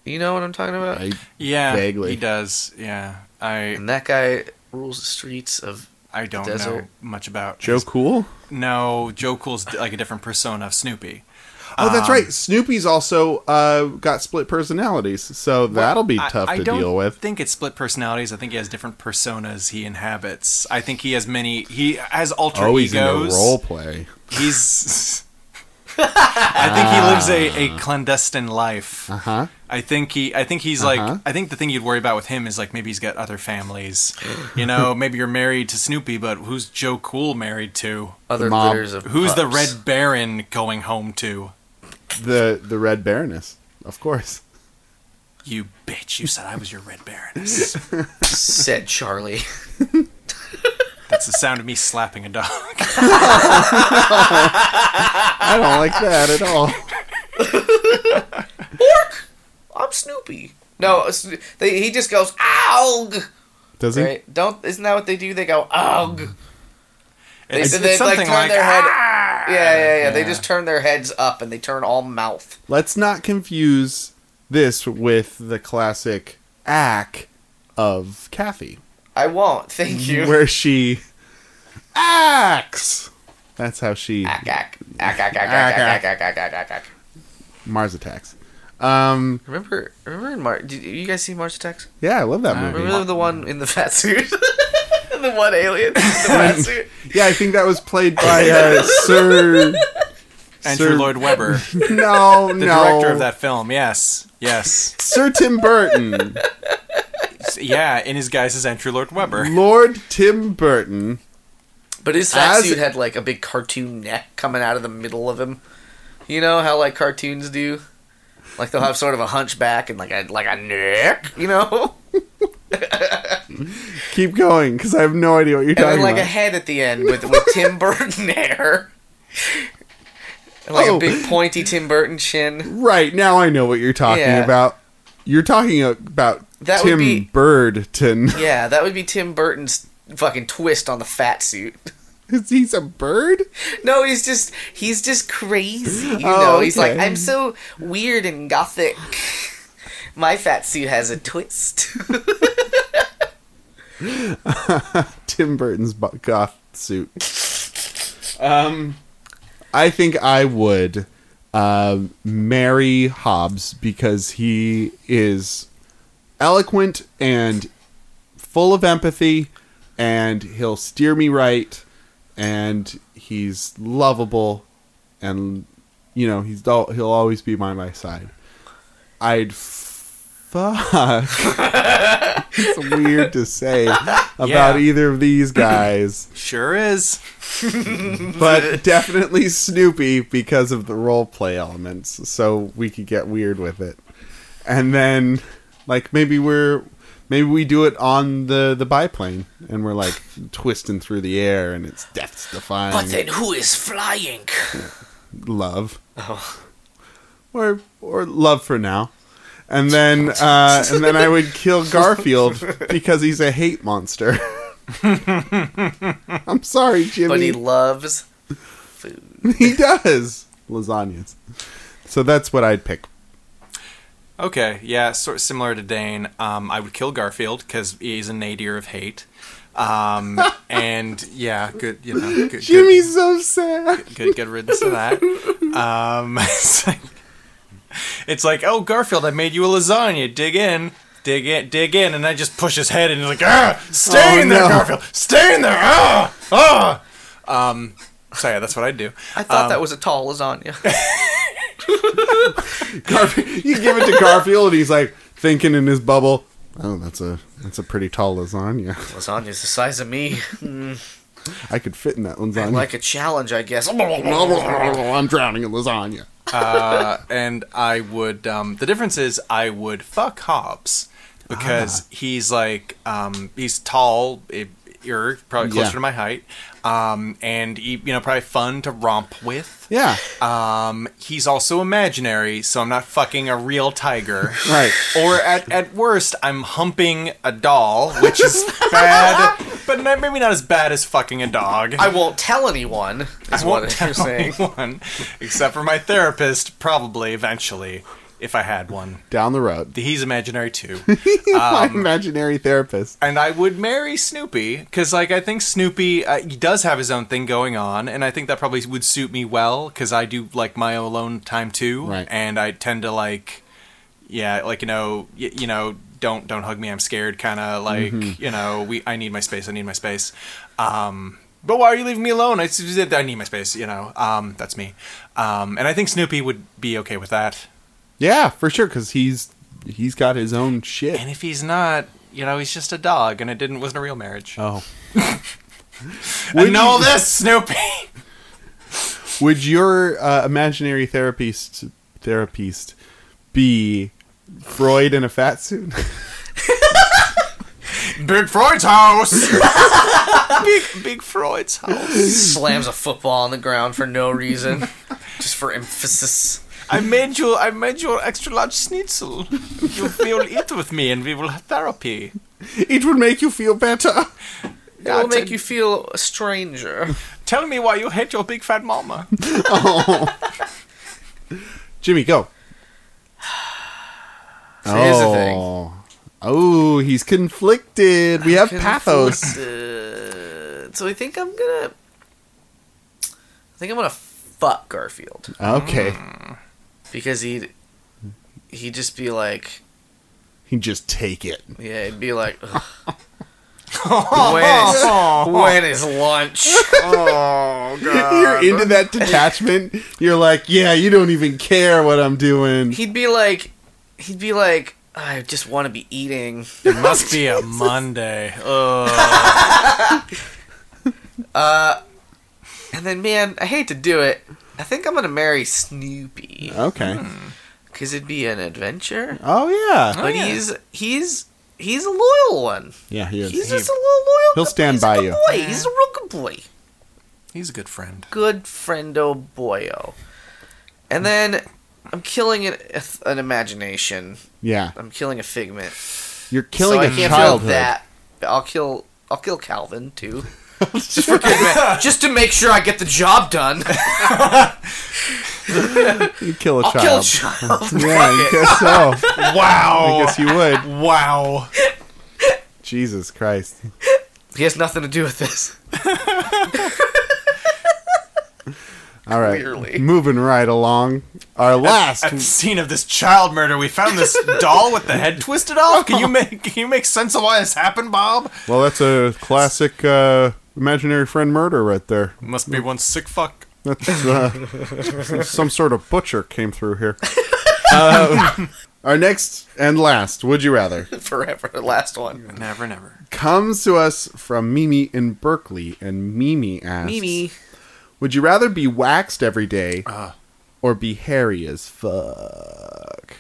Speaker 3: You know what I'm talking about?
Speaker 1: I,
Speaker 2: yeah,
Speaker 1: Vaguely.
Speaker 2: he does. Yeah, I
Speaker 3: And that guy rules the streets of.
Speaker 2: I don't know
Speaker 3: desert.
Speaker 2: much about
Speaker 1: Joe
Speaker 2: his-
Speaker 1: Cool.
Speaker 2: No, Joe Cool's like a different persona of Snoopy.
Speaker 1: Oh, that's right. Snoopy's also uh, got split personalities, so that'll be
Speaker 2: I-
Speaker 1: tough
Speaker 2: I
Speaker 1: to
Speaker 2: don't
Speaker 1: deal with.
Speaker 2: think it's split personalities. I think he has different personas he inhabits. I think he has many. He has alter
Speaker 1: Oh, he's in
Speaker 2: egos.
Speaker 1: a role play.
Speaker 2: He's. I think he lives
Speaker 1: Ah.
Speaker 2: a, a clandestine life.
Speaker 1: Uh huh.
Speaker 2: I think he. I think he's
Speaker 1: Uh-huh.
Speaker 2: like. I think the thing you'd worry about with him is like maybe he's got other families. You know, maybe you're married to Snoopy, but who's Joe Cool married to?
Speaker 3: Other
Speaker 1: mob.
Speaker 3: litters of
Speaker 2: Who's the
Speaker 3: pups.
Speaker 2: Red Baron going home to?
Speaker 1: The the Red Baroness, of course.
Speaker 2: You bitch! You said I was your Red Baroness.
Speaker 3: said Charlie?
Speaker 2: That's the sound of me slapping a dog.
Speaker 1: I don't like that at all.
Speaker 3: I'm Snoopy. No, Sno- they, he just goes "Aug."
Speaker 1: Does he?
Speaker 3: Right? Don't isn't that what they do? They go "Aug." They,
Speaker 2: It's-
Speaker 3: they,
Speaker 2: it's
Speaker 3: like
Speaker 2: something
Speaker 3: turn
Speaker 2: like, "Ah!"
Speaker 3: their head. Yeah, yeah, yeah, They
Speaker 2: Yeah.
Speaker 3: just turn their heads up and they turn all mouth.
Speaker 1: Let's not confuse this with the classic ack of Kathy,
Speaker 3: I won't. Thank you.
Speaker 1: where she acts. That's how she
Speaker 3: Ack, ack. Ack, ack, ack,
Speaker 1: Ack,
Speaker 3: ack, ack, ack, ack, ack, ack, ack.
Speaker 1: Mars attacks. Um,
Speaker 3: Remember, remember in Mar Did you guys see Mars Attacks?
Speaker 1: yeah, I love that movie.
Speaker 3: Remember the one in the fat suit? the one alien. The wetsuit.
Speaker 1: Yeah, I think that was played by uh, Sir.
Speaker 2: Andrew
Speaker 1: Sir-
Speaker 2: Lloyd Webber,
Speaker 1: No,
Speaker 2: the
Speaker 1: no.
Speaker 2: director of that film. Yes, yes,
Speaker 1: Sir Tim Burton.
Speaker 2: S- yeah. In his guise as Andrew Lloyd Webber.
Speaker 1: Lord Tim Burton.
Speaker 3: But his fat
Speaker 1: As-
Speaker 3: suit had like a big cartoon neck coming out of the middle of him. You know how like cartoons do? Like they'll have sort of a hunchback and like a like a neck, you know?
Speaker 1: Keep going, because I have no idea what you're
Speaker 3: And
Speaker 1: talking
Speaker 3: then like a
Speaker 1: about.
Speaker 3: head at the end with with Tim Burton hair. And, Like
Speaker 1: Oh.
Speaker 3: a big pointy Tim Burton chin.
Speaker 1: right now, I know what you're talking
Speaker 3: Yeah.
Speaker 1: about. You're talking about
Speaker 3: That would
Speaker 1: Tim
Speaker 3: be-
Speaker 1: Birdton.
Speaker 3: Yeah, that would be Tim Burton's fucking twist on the fat suit.
Speaker 1: He's a bird.
Speaker 3: No, he's just he's just crazy. You
Speaker 1: Oh,
Speaker 3: know, he's like
Speaker 1: okay.
Speaker 3: I'm so weird and gothic. My fat suit has a twist.
Speaker 1: Tim Burton's bu- goth suit. Um, I think I would um marry Hobbs because he is eloquent and full of empathy, and he'll steer me right, and he's lovable, and you know he's al- he'll always be by my side. I'd. Fuck. it's weird to say about
Speaker 2: Yeah.
Speaker 1: either of these guys
Speaker 2: Sure is.
Speaker 1: but definitely Snoopy because of the role play elements, so we could get weird with it. And then, like maybe we're maybe we do it on the the biplane, and we're like twisting through the air, and it's death's defying
Speaker 2: Mm.
Speaker 3: But then who is flying?
Speaker 1: love,
Speaker 3: Oh.
Speaker 1: or or love for now. And then, uh, and then I would kill Garfield because he's a hate monster. I'm sorry, Jimmy.
Speaker 3: But he loves.
Speaker 1: He does lasagnas. So that's what I'd pick.
Speaker 2: Okay, yeah, sort similar to Dane. Um, I would kill Garfield because he's a nadir of hate. Um, and yeah, good, you know, good, good-
Speaker 1: Jimmy's so sad.
Speaker 2: good, good riddance to that. Um, it's, like, it's like, oh, Garfield, I made you a lasagna. Dig in, dig in, dig in, and I just push his head and he's like, ah, stay
Speaker 1: Oh,
Speaker 2: in there,
Speaker 1: no.
Speaker 2: Garfield, stay in there, ah, ah. Um, so yeah, that's what I'd do.
Speaker 3: I thought
Speaker 2: Um,
Speaker 3: that was a tall lasagna.
Speaker 1: Garfield, you give it to Garfield, and he's like thinking in his bubble. Oh, that's a that's a pretty tall lasagna.
Speaker 3: Lasagna's the size of me.
Speaker 1: I could fit in that lasagna.
Speaker 3: I like a challenge, I guess.
Speaker 1: I'm drowning in lasagna.
Speaker 2: uh, and I would. Um, the difference is I would fuck Hobbs because
Speaker 1: Ah.
Speaker 2: he's like um, he's tall, eh, you're probably closer
Speaker 1: Yeah.
Speaker 2: to my height, um, and he, you know probably fun to romp with.
Speaker 1: Yeah,
Speaker 2: Um, he's also imaginary, so I'm not fucking a real tiger.
Speaker 1: right.
Speaker 2: Or at, at worst, I'm humping a doll, which is bad, but not, maybe not as bad as fucking a dog.
Speaker 3: I won't tell anyone. Is
Speaker 2: I won't
Speaker 3: what
Speaker 2: tell
Speaker 3: you're saying.
Speaker 2: anyone, except for my therapist, probably eventually, if I had one.
Speaker 1: Down the road, Um,
Speaker 2: He's imaginary too,
Speaker 1: my imaginary therapist.
Speaker 2: and I would marry Snoopy because, like, I think Snoopy uh, he does have his own thing going on, and I think that probably would suit me well because I do like my alone time too,
Speaker 1: Right.
Speaker 2: and I tend to like, yeah, like you know, y- you know, don't don't hug me, I'm scared, kind of like
Speaker 1: Mm-hmm.
Speaker 2: you know, we I need my space, I need my space. Um, but why are you leaving me alone? I, s- I need my space, you know. Um, that's me, um, and I think Snoopy would be okay with that.
Speaker 1: Yeah, for sure, because he's he's got his own shit.
Speaker 2: And if he's not, you know, he's just a dog, and it didn't wasn't a real marriage.
Speaker 1: Oh,
Speaker 2: I know all this, Snoopy.
Speaker 1: Would your uh, imaginary therapist therapist be Freud in a fat suit?
Speaker 2: Big Freud's house. big Big Freud's house.
Speaker 3: Slams a football on the ground for no reason, just for emphasis.
Speaker 2: I made you. I made you extra large schnitzel. You will eat with me, and we will have therapy.
Speaker 1: it would make you feel better.
Speaker 3: It will
Speaker 2: t-
Speaker 3: make you feel a stranger.
Speaker 2: Tell me why you hate your big fat mama.
Speaker 1: Jimmy, go.
Speaker 3: So here's the thing.
Speaker 1: Oh, he's conflicted. We have pathos.
Speaker 3: Conflicted. uh, So I think I'm gonna. I think I'm gonna fuck Garfield.
Speaker 1: Okay.
Speaker 3: because he'd he'd just be like,
Speaker 1: He just take it.
Speaker 3: yeah, he'd be like, "Ugh, When is, when is lunch?
Speaker 4: Oh god.
Speaker 1: You're into that detachment. You're like, yeah, you don't even care what I'm doing.
Speaker 3: He'd be like, he'd be like, I just want to be eating.
Speaker 2: It must be a Monday. Ugh.
Speaker 3: And then, man, I hate to do it. I think I'm gonna marry Snoopy
Speaker 1: Okay.
Speaker 3: because it'd be an adventure.
Speaker 1: Oh yeah.
Speaker 3: But
Speaker 2: yeah.
Speaker 3: he's he's he's a loyal one.
Speaker 1: Yeah, he is.
Speaker 3: He's just a little loyal.
Speaker 1: He'll
Speaker 3: good-
Speaker 1: stand
Speaker 3: he's a
Speaker 1: by
Speaker 3: good
Speaker 1: you.
Speaker 3: Boy. He's a real good boy.
Speaker 2: He's a good friend.
Speaker 3: Good friendo boyo. And then I'm killing an, an imagination.
Speaker 1: yeah.
Speaker 3: I'm killing a figment.
Speaker 1: You're killing
Speaker 3: so I
Speaker 1: a
Speaker 3: can't
Speaker 1: childhood.
Speaker 3: feel that. I'll kill. I'll kill Calvin too. just for good ma- just to make sure I get the job done.
Speaker 1: You kill a
Speaker 3: I'll kill
Speaker 1: child.
Speaker 3: a child.
Speaker 1: yeah, I guess so. I
Speaker 2: Wow.
Speaker 1: guess you would.
Speaker 2: Wow.
Speaker 1: Jesus Christ.
Speaker 3: he has nothing to do with this.
Speaker 1: All right.
Speaker 3: Clearly.
Speaker 1: Moving right along. Our last
Speaker 2: At the scene of this child murder, we found this doll with the head twisted off. Can you make can you make sense of why this happened, Bob?
Speaker 1: Well, that's a classic uh, imaginary friend murder right there.
Speaker 2: Must be one sick fuck.
Speaker 1: That's uh, some sort of butcher came through here. Um, Uh, our next and last, would you rather,
Speaker 3: Forever. The last one.
Speaker 2: Never, never.
Speaker 1: comes to us from Mimi in Berkeley, and Mimi asks,
Speaker 3: Mimi.
Speaker 1: "Would you rather be waxed every day, or be hairy as fuck?"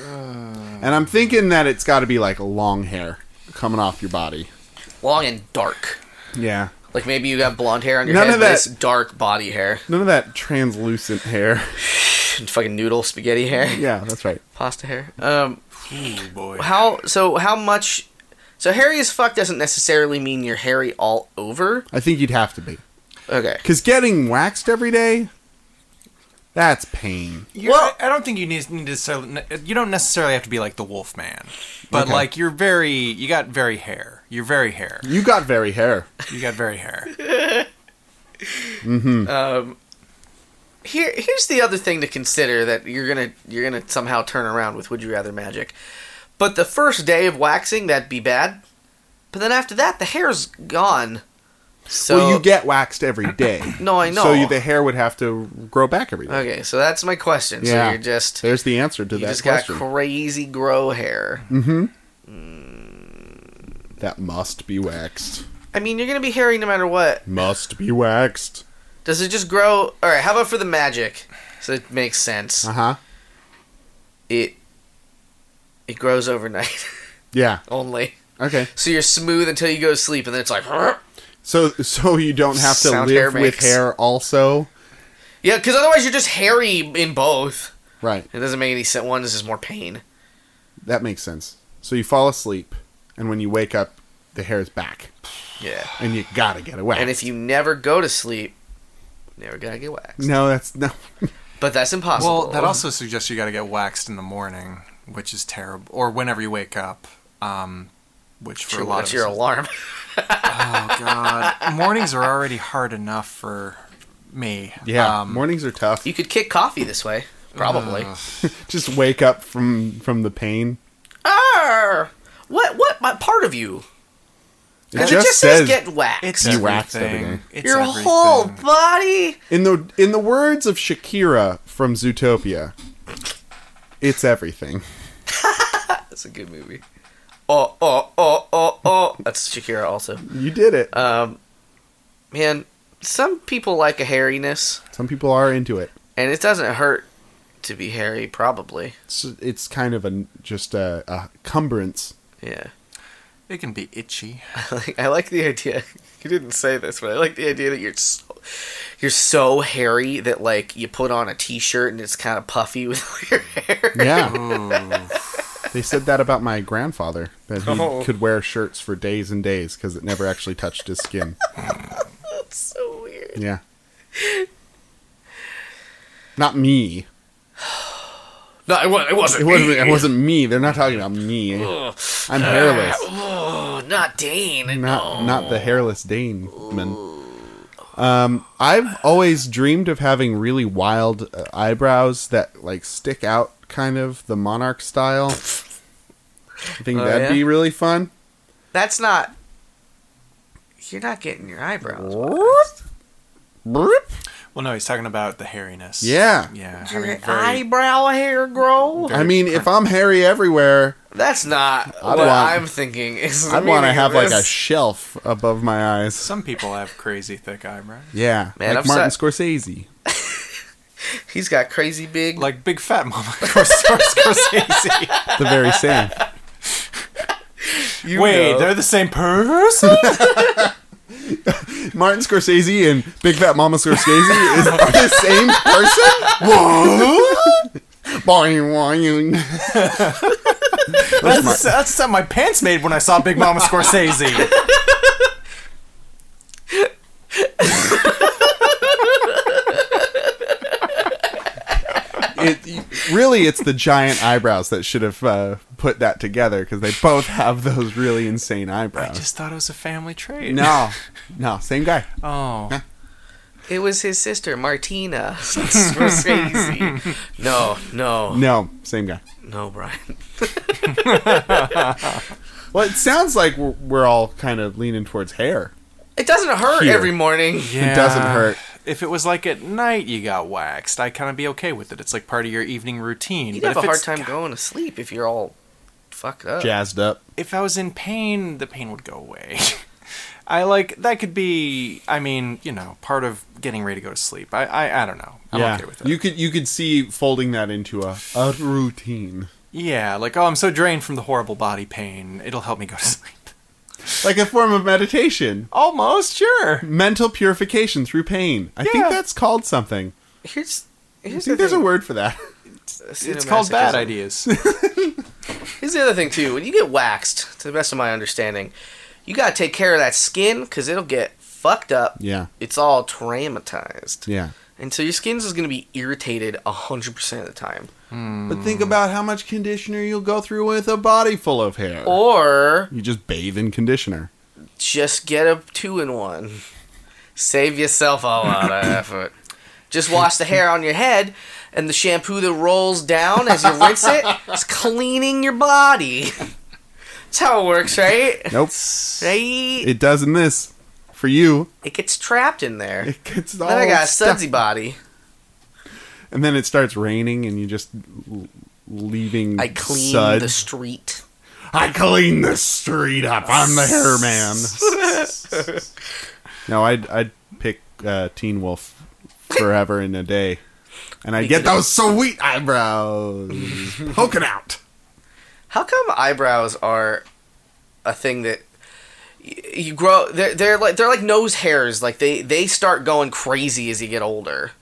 Speaker 1: And I'm thinking that it's got to be like long hair coming off your body.
Speaker 3: Long and dark.
Speaker 1: Yeah,
Speaker 3: Like maybe you got blonde hair on your
Speaker 1: None
Speaker 3: head,
Speaker 1: of
Speaker 3: but
Speaker 1: that-
Speaker 3: it's dark body hair.
Speaker 1: none of that translucent hair.
Speaker 3: And fucking noodle spaghetti hair.
Speaker 1: yeah, that's right.
Speaker 3: Pasta hair. Um
Speaker 2: Ooh boy.
Speaker 3: how so how much so hairy as fuck doesn't necessarily mean you're hairy all over.
Speaker 1: I think you'd have to be.
Speaker 3: Okay.
Speaker 1: Because getting waxed every day, that's pain.
Speaker 2: well, I I don't think you need, need to. sell- You don't necessarily have to be like the Wolf Man, but
Speaker 1: Okay.
Speaker 2: like you're very. You got very hair. You're very hair.
Speaker 1: You got very hair.
Speaker 2: You got very hair.
Speaker 3: Um, Here here's the other thing to consider that you're gonna you're gonna somehow turn around with would you rather magic. But the first day of waxing that'd be bad. But then after that the hair's gone. So
Speaker 1: well, you get waxed every day.
Speaker 3: No, I know.
Speaker 1: So you, the hair would have to grow back every day.
Speaker 3: Okay, so that's my question. So
Speaker 1: Yeah.
Speaker 3: you're just
Speaker 1: There's the answer to
Speaker 3: you
Speaker 1: that
Speaker 3: just
Speaker 1: question. Mm-hmm.
Speaker 3: got crazy grow hair. Mm.
Speaker 1: that must be waxed.
Speaker 3: I mean, you're gonna be hairy no matter what.
Speaker 1: Must be waxed.
Speaker 3: Does it just grow? All right. How about for the magic? So it makes sense.
Speaker 1: Uh huh.
Speaker 3: It it grows overnight
Speaker 1: Yeah.
Speaker 3: only.
Speaker 1: Okay.
Speaker 3: So you're smooth until you go to sleep, and then it's like, "Rrr."
Speaker 1: So so you don't have to
Speaker 3: Sound hair
Speaker 1: live with
Speaker 3: makes.
Speaker 1: hair also.
Speaker 3: yeah, because otherwise you're just hairy in both.
Speaker 1: Right.
Speaker 3: It doesn't make any sense. One is just more pain.
Speaker 1: That makes sense. So you fall asleep, and when you wake up, the hair is back,
Speaker 3: Yeah.
Speaker 1: and you gotta get it waxed.
Speaker 3: And if you never go to sleep, you never gotta get waxed.
Speaker 1: no, that's no.
Speaker 3: But that's impossible.
Speaker 2: Well, that also suggests you got to get waxed in the morning, which is terrible, or whenever you wake up. Um, which for
Speaker 3: True,
Speaker 2: a lot
Speaker 3: that's
Speaker 2: of
Speaker 3: your
Speaker 2: us,
Speaker 3: alarm.
Speaker 2: oh god, mornings are already hard enough for me.
Speaker 1: Yeah,
Speaker 2: Um,
Speaker 1: mornings are tough.
Speaker 3: you could kick coffee this way, probably.
Speaker 2: Ugh.
Speaker 1: just wake up from from the pain.
Speaker 3: Arr! What what my part of you?
Speaker 1: It
Speaker 3: Because
Speaker 1: just,
Speaker 3: it just says,
Speaker 1: says
Speaker 3: get waxed.
Speaker 2: It's
Speaker 1: You
Speaker 2: everything.
Speaker 1: waxed everything.
Speaker 2: It's
Speaker 3: Your
Speaker 2: everything.
Speaker 3: whole body.
Speaker 1: in the in the words of Shakira from Zootopia, it's everything.
Speaker 3: That's a good movie. Oh oh oh oh oh. That's Shakira also.
Speaker 1: You did it.
Speaker 3: Um, man, some people like a hairiness,
Speaker 1: Some people are into it.
Speaker 3: and it doesn't hurt to be hairy, probably.
Speaker 1: It's, it's kind of a just a, a cumbrance.
Speaker 3: Yeah.
Speaker 2: It can be itchy.
Speaker 3: I like, I like the idea. You didn't say this, but I like the idea that you're so, you're so hairy that like you put on a t-shirt and it's kind of puffy with all your hair.
Speaker 1: Yeah, they said that about my grandfather that he
Speaker 3: Oh.
Speaker 1: could wear shirts for days and days because it never actually touched his skin.
Speaker 3: It's so weird.
Speaker 1: Yeah, not me.
Speaker 3: No, it wasn't. It wasn't.
Speaker 1: It wasn't. It wasn't me. They're not talking about me. I'm hairless.
Speaker 3: Oh, not Dane.
Speaker 1: not not the hairless Dane man. Um, I've always dreamed of having really wild uh, eyebrows that like stick out, kind of the monarch style. I think
Speaker 3: Oh,
Speaker 1: that'd
Speaker 3: yeah?
Speaker 1: be really fun.
Speaker 3: That's not You're not getting your eyebrows.
Speaker 2: Well, no, he's talking about the hairiness.
Speaker 1: Yeah.
Speaker 2: Yeah.
Speaker 3: Your
Speaker 2: having very-
Speaker 3: eyebrow hair grow?
Speaker 1: I mean, if I'm hairy everywhere,
Speaker 3: That's not
Speaker 1: I'd
Speaker 3: what
Speaker 1: want-
Speaker 3: I'm thinking. Is the
Speaker 1: I'd want to
Speaker 3: meaning
Speaker 1: have
Speaker 3: of
Speaker 1: like a
Speaker 3: this.
Speaker 1: shelf above my eyes.
Speaker 2: Some people have crazy thick eyebrows.
Speaker 1: Yeah,
Speaker 3: Man,
Speaker 1: like
Speaker 3: I'm
Speaker 1: Martin
Speaker 3: set.
Speaker 1: Scorsese.
Speaker 3: He's got crazy big.
Speaker 2: Like Big Fat Mama Scorsese.
Speaker 1: The very same.
Speaker 3: you
Speaker 2: Wait,
Speaker 3: know.
Speaker 2: they're the same person?
Speaker 1: Martin Scorsese and Big Fat Mama Scorsese is the same person? Whoa! Boing, boing.
Speaker 2: That's, that's the sound my pants made when I saw Big Mama Scorsese.
Speaker 1: It, really, it's the giant eyebrows that should have uh, put that together because they both have those really insane
Speaker 2: I
Speaker 1: eyebrows.
Speaker 2: just thought it was a family trait.
Speaker 1: No, no, same guy.
Speaker 2: Oh.
Speaker 3: It was his sister, Martina Scorsese. no, no,
Speaker 1: No, same guy.
Speaker 3: no, Brian.
Speaker 1: Well, it sounds like we're, we're all kind of leaning towards hair.
Speaker 3: It doesn't hurt
Speaker 1: Here.
Speaker 3: every morning.
Speaker 2: Yeah.
Speaker 1: It doesn't hurt.
Speaker 2: If it was like at night you got waxed, I'd kind of be okay with it. It's like part of your evening routine.
Speaker 3: You'd
Speaker 2: but
Speaker 3: have
Speaker 2: if
Speaker 3: a hard
Speaker 2: it's-
Speaker 3: time going to sleep if you're all fucked up.
Speaker 1: Jazzed up.
Speaker 2: if I was in pain, the pain would go away. I like that could be. I mean, you know, part of getting ready to go to sleep. I I, I don't know. I'm okay with it.
Speaker 1: You could you could see folding that into a, a routine.
Speaker 2: yeah, like oh, I'm so drained from the horrible body pain. It'll help me go to sleep.
Speaker 1: Like a form of meditation.
Speaker 2: Almost sure.
Speaker 1: mental purification through pain. I think
Speaker 2: Yeah.
Speaker 1: that's called something.
Speaker 3: Here's
Speaker 1: I
Speaker 3: here's the
Speaker 1: think there's a
Speaker 3: thing.
Speaker 1: word for that.
Speaker 2: It's called bad
Speaker 3: Cinemasochism.
Speaker 2: ideas.
Speaker 3: Here's the other thing too. When you get waxed, to the best of my understanding, you gotta take care of that skin because it'll get fucked up.
Speaker 1: Yeah.
Speaker 3: It's all traumatized,
Speaker 1: Yeah.
Speaker 3: and so your skin's is gonna be irritated hundred percent of the time.
Speaker 1: But
Speaker 3: Mm.
Speaker 1: think about how much conditioner you'll go through with a body full of hair.
Speaker 3: Oh. Or
Speaker 1: You just bathe in conditioner.
Speaker 3: just get a two in one. Save yourself a lot of effort. Just wash the hair on your head, and the shampoo that rolls down as you rinse it is cleaning your body. That's how it works, right?
Speaker 1: Nope.
Speaker 3: Right? It,
Speaker 1: It does in this. For you,
Speaker 3: gets trapped in there.
Speaker 1: it gets all
Speaker 3: Then I got a
Speaker 1: stuck.
Speaker 3: sudsy body.
Speaker 1: And then it starts raining and you just l- leaving
Speaker 3: I clean
Speaker 1: suds.
Speaker 3: the street.
Speaker 1: I clean the street up. I'm the hair man. no, I'd I'd pick uh, Teen Wolf forever in a day, and I get those sweet eyebrows poking out.
Speaker 3: How come eyebrows are a thing that y- you grow? They're, they're like they're like nose hairs. Like they they start going crazy as you get older.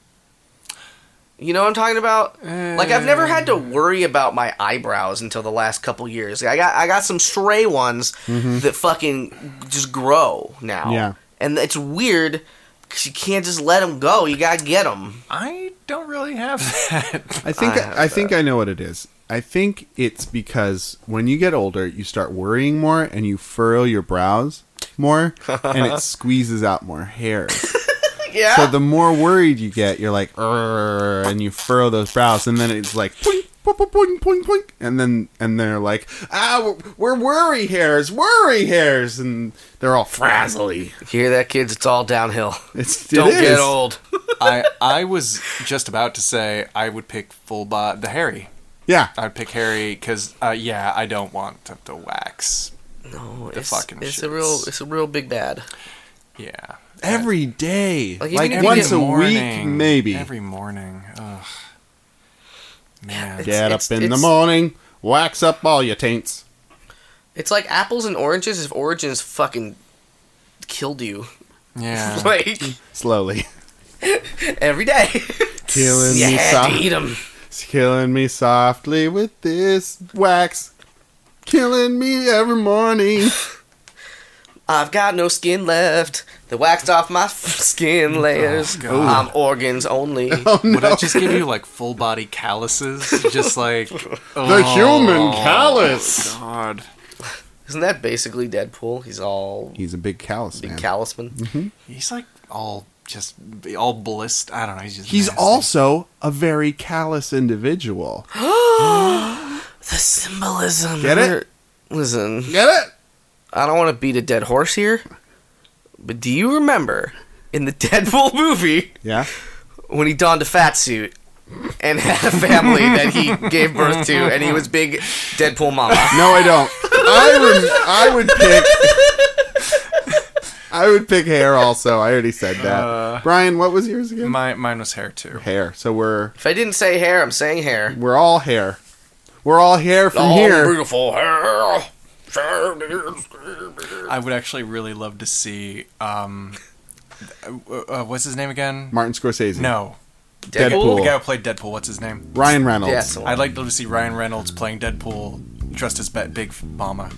Speaker 3: You know what I'm talking about? Like I've never had to
Speaker 1: Um.
Speaker 3: worry about my eyebrows until the last couple years. I got I got some stray ones that fucking just grow now.
Speaker 1: Mm-hmm. Yeah.
Speaker 3: and it's weird because you can't just let them go. You gotta get them.
Speaker 2: I don't really have that.
Speaker 1: I think
Speaker 3: I have
Speaker 1: I, think I know what it is. I think it's because when you get older, you start worrying more and you furrow your brows more, and it squeezes out more hair.
Speaker 3: Yeah.
Speaker 1: So the more worried you get, you're like, "Arr," and you furrow those brows, and then it's like, boing, boing, boing, boing, boing, and then and they're like, ah, we're- we're worry hairs, worry hairs, and they're all frazzly.
Speaker 3: Hear that, kids? It's all downhill.
Speaker 1: It's it
Speaker 3: Don't
Speaker 1: is.
Speaker 3: get old.
Speaker 2: I I was just about to say I would pick full body the hairy.
Speaker 1: Yeah,
Speaker 2: I'd pick hairy because uh, yeah, I don't want to, to wax.
Speaker 3: No, it's,
Speaker 2: fucking
Speaker 3: it's a
Speaker 2: shits.
Speaker 3: real it's a real big bad.
Speaker 2: Yeah.
Speaker 1: every day,
Speaker 3: Like,
Speaker 1: like,
Speaker 3: even if you
Speaker 1: once
Speaker 3: get
Speaker 1: a week,
Speaker 2: morning.
Speaker 1: maybe.
Speaker 2: Every morning. Ugh. Man.
Speaker 3: Yeah.
Speaker 1: get up
Speaker 3: it's-
Speaker 1: in the
Speaker 3: it's-
Speaker 1: morning, wax up all your taints.
Speaker 3: It's like apples and oranges if oranges fucking killed you
Speaker 2: Yeah.
Speaker 3: like
Speaker 1: Slowly,
Speaker 3: every day.
Speaker 1: killing
Speaker 3: you
Speaker 1: me
Speaker 3: had to
Speaker 1: softly,
Speaker 3: eat them.
Speaker 1: killing me softly with this wax, killing me every morning.
Speaker 3: I've got no skin left. They waxed off my f- skin layers.
Speaker 2: Oh, God.
Speaker 3: I'm organs only.
Speaker 1: Oh.
Speaker 2: Would I just give you like full body calluses? Just like
Speaker 1: The
Speaker 2: oh,
Speaker 1: human callus.
Speaker 2: God.
Speaker 3: Isn't that basically Deadpool? He's all
Speaker 1: He's a big callus
Speaker 3: big
Speaker 1: man.
Speaker 3: callousman.
Speaker 2: He's like all just all blissed. I don't know. He's just
Speaker 1: He's
Speaker 2: nasty.
Speaker 1: also a very callous individual.
Speaker 3: The symbolism.
Speaker 1: Get it?
Speaker 3: Listen,
Speaker 1: Get it?
Speaker 3: I don't want to beat a dead horse here, But do you remember in the Deadpool movie
Speaker 1: Yeah.
Speaker 3: when he donned a fat suit and had a family that he gave birth to and he was big Deadpool mama?
Speaker 1: No, I don't. I would. I would pick. I would pick hair. Also, I already said that. Brian, what was yours again?
Speaker 2: My mine was hair too.
Speaker 1: hair. So we're
Speaker 3: If I didn't say hair, I'm saying hair.
Speaker 1: we're all hair. We're all hair from here.
Speaker 3: beautiful hair.
Speaker 2: I would actually really love to see. Um, uh, uh, what's his name again?
Speaker 1: Martin Scorsese.
Speaker 2: No,
Speaker 1: Deadpool.
Speaker 2: the guy who played Deadpool. What's his name?
Speaker 1: Ryan Reynolds.
Speaker 3: Yes.
Speaker 2: I'd like to see Ryan Reynolds playing Deadpool dressed as Bat Big Mama.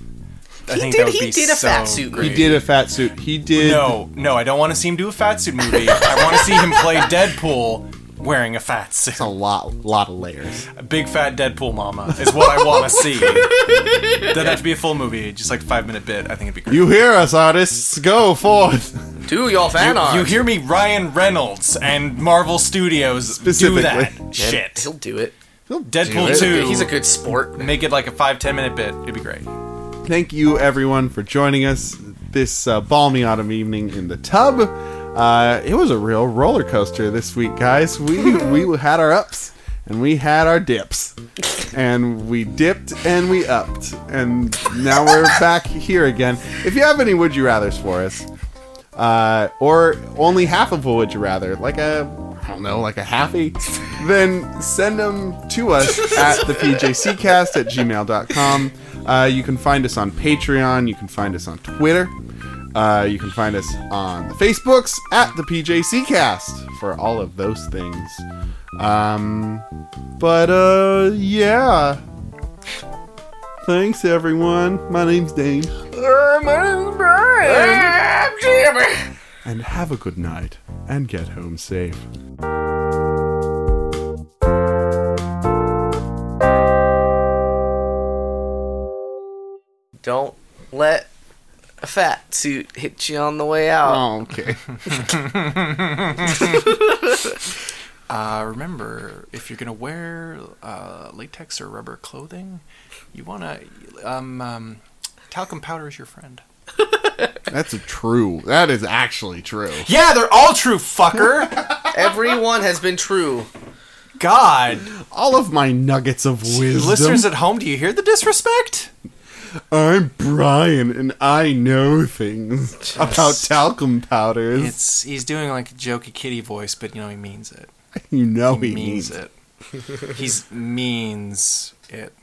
Speaker 2: I
Speaker 3: He
Speaker 2: think
Speaker 3: did-
Speaker 2: that would
Speaker 3: he
Speaker 2: be
Speaker 3: did a
Speaker 2: so
Speaker 3: fat suit,
Speaker 1: He
Speaker 2: great.
Speaker 1: did a fat suit. He did.
Speaker 2: No, no, I don't want to see him do a fat suit movie. I want to see him play Deadpool wearing a fat suit.
Speaker 1: That's a lot, lot of layers.
Speaker 2: A big fat Deadpool mama is what I want to see. Doesn't have to be a full movie, just like five minute bit. I think it'd be great.
Speaker 1: You hear us, artists? Go forth.
Speaker 3: Do y'all fan
Speaker 2: You,
Speaker 3: art?
Speaker 2: you hear me, Ryan Reynolds and Marvel Studios do
Speaker 1: Specifically.
Speaker 2: that
Speaker 3: And
Speaker 2: shit.
Speaker 3: He'll do it.
Speaker 2: Deadpool
Speaker 1: He's a
Speaker 2: two.
Speaker 3: He's a good sport.
Speaker 2: Make it like a five ten minute bit. It'd be great.
Speaker 1: Thank you, everyone, for joining us this uh, balmy autumn evening in the tub. Uh, it was a real roller coaster this week, guys. We we had our ups and we had our dips, and we dipped and we upped, and now we're back here again. If you have any would you rather's for us, uh, or only half of a would you rather, like a I don't know, like a happy, then send them to us at the PJCcast at gmail.com. Uh, you can find us on Patreon, you can find us on Twitter, uh, you can find us on the Facebooks at the PJCcast for all of those things. Um, but uh, yeah. Thanks everyone. My name's Dane, and have a good night and get home safe.
Speaker 3: Don't let a fat suit hit you on the way out.
Speaker 1: Oh, okay.
Speaker 2: Uh, remember, if you're gonna wear uh, latex or rubber clothing, you wanna um, um, talcum powder is your friend.
Speaker 1: That's a true. That is actually true.
Speaker 2: Yeah, they're all true, fucker.
Speaker 3: Everyone has been true.
Speaker 2: God,
Speaker 1: All of my nuggets of wisdom.
Speaker 2: listeners at home, do you hear the disrespect?
Speaker 1: I'm Brian, and I know things about talcum powders.
Speaker 2: It's he's doing like a jokey kitty voice, but you
Speaker 3: Oh,
Speaker 2: know he means it.
Speaker 1: you know he
Speaker 2: means it. He's means it.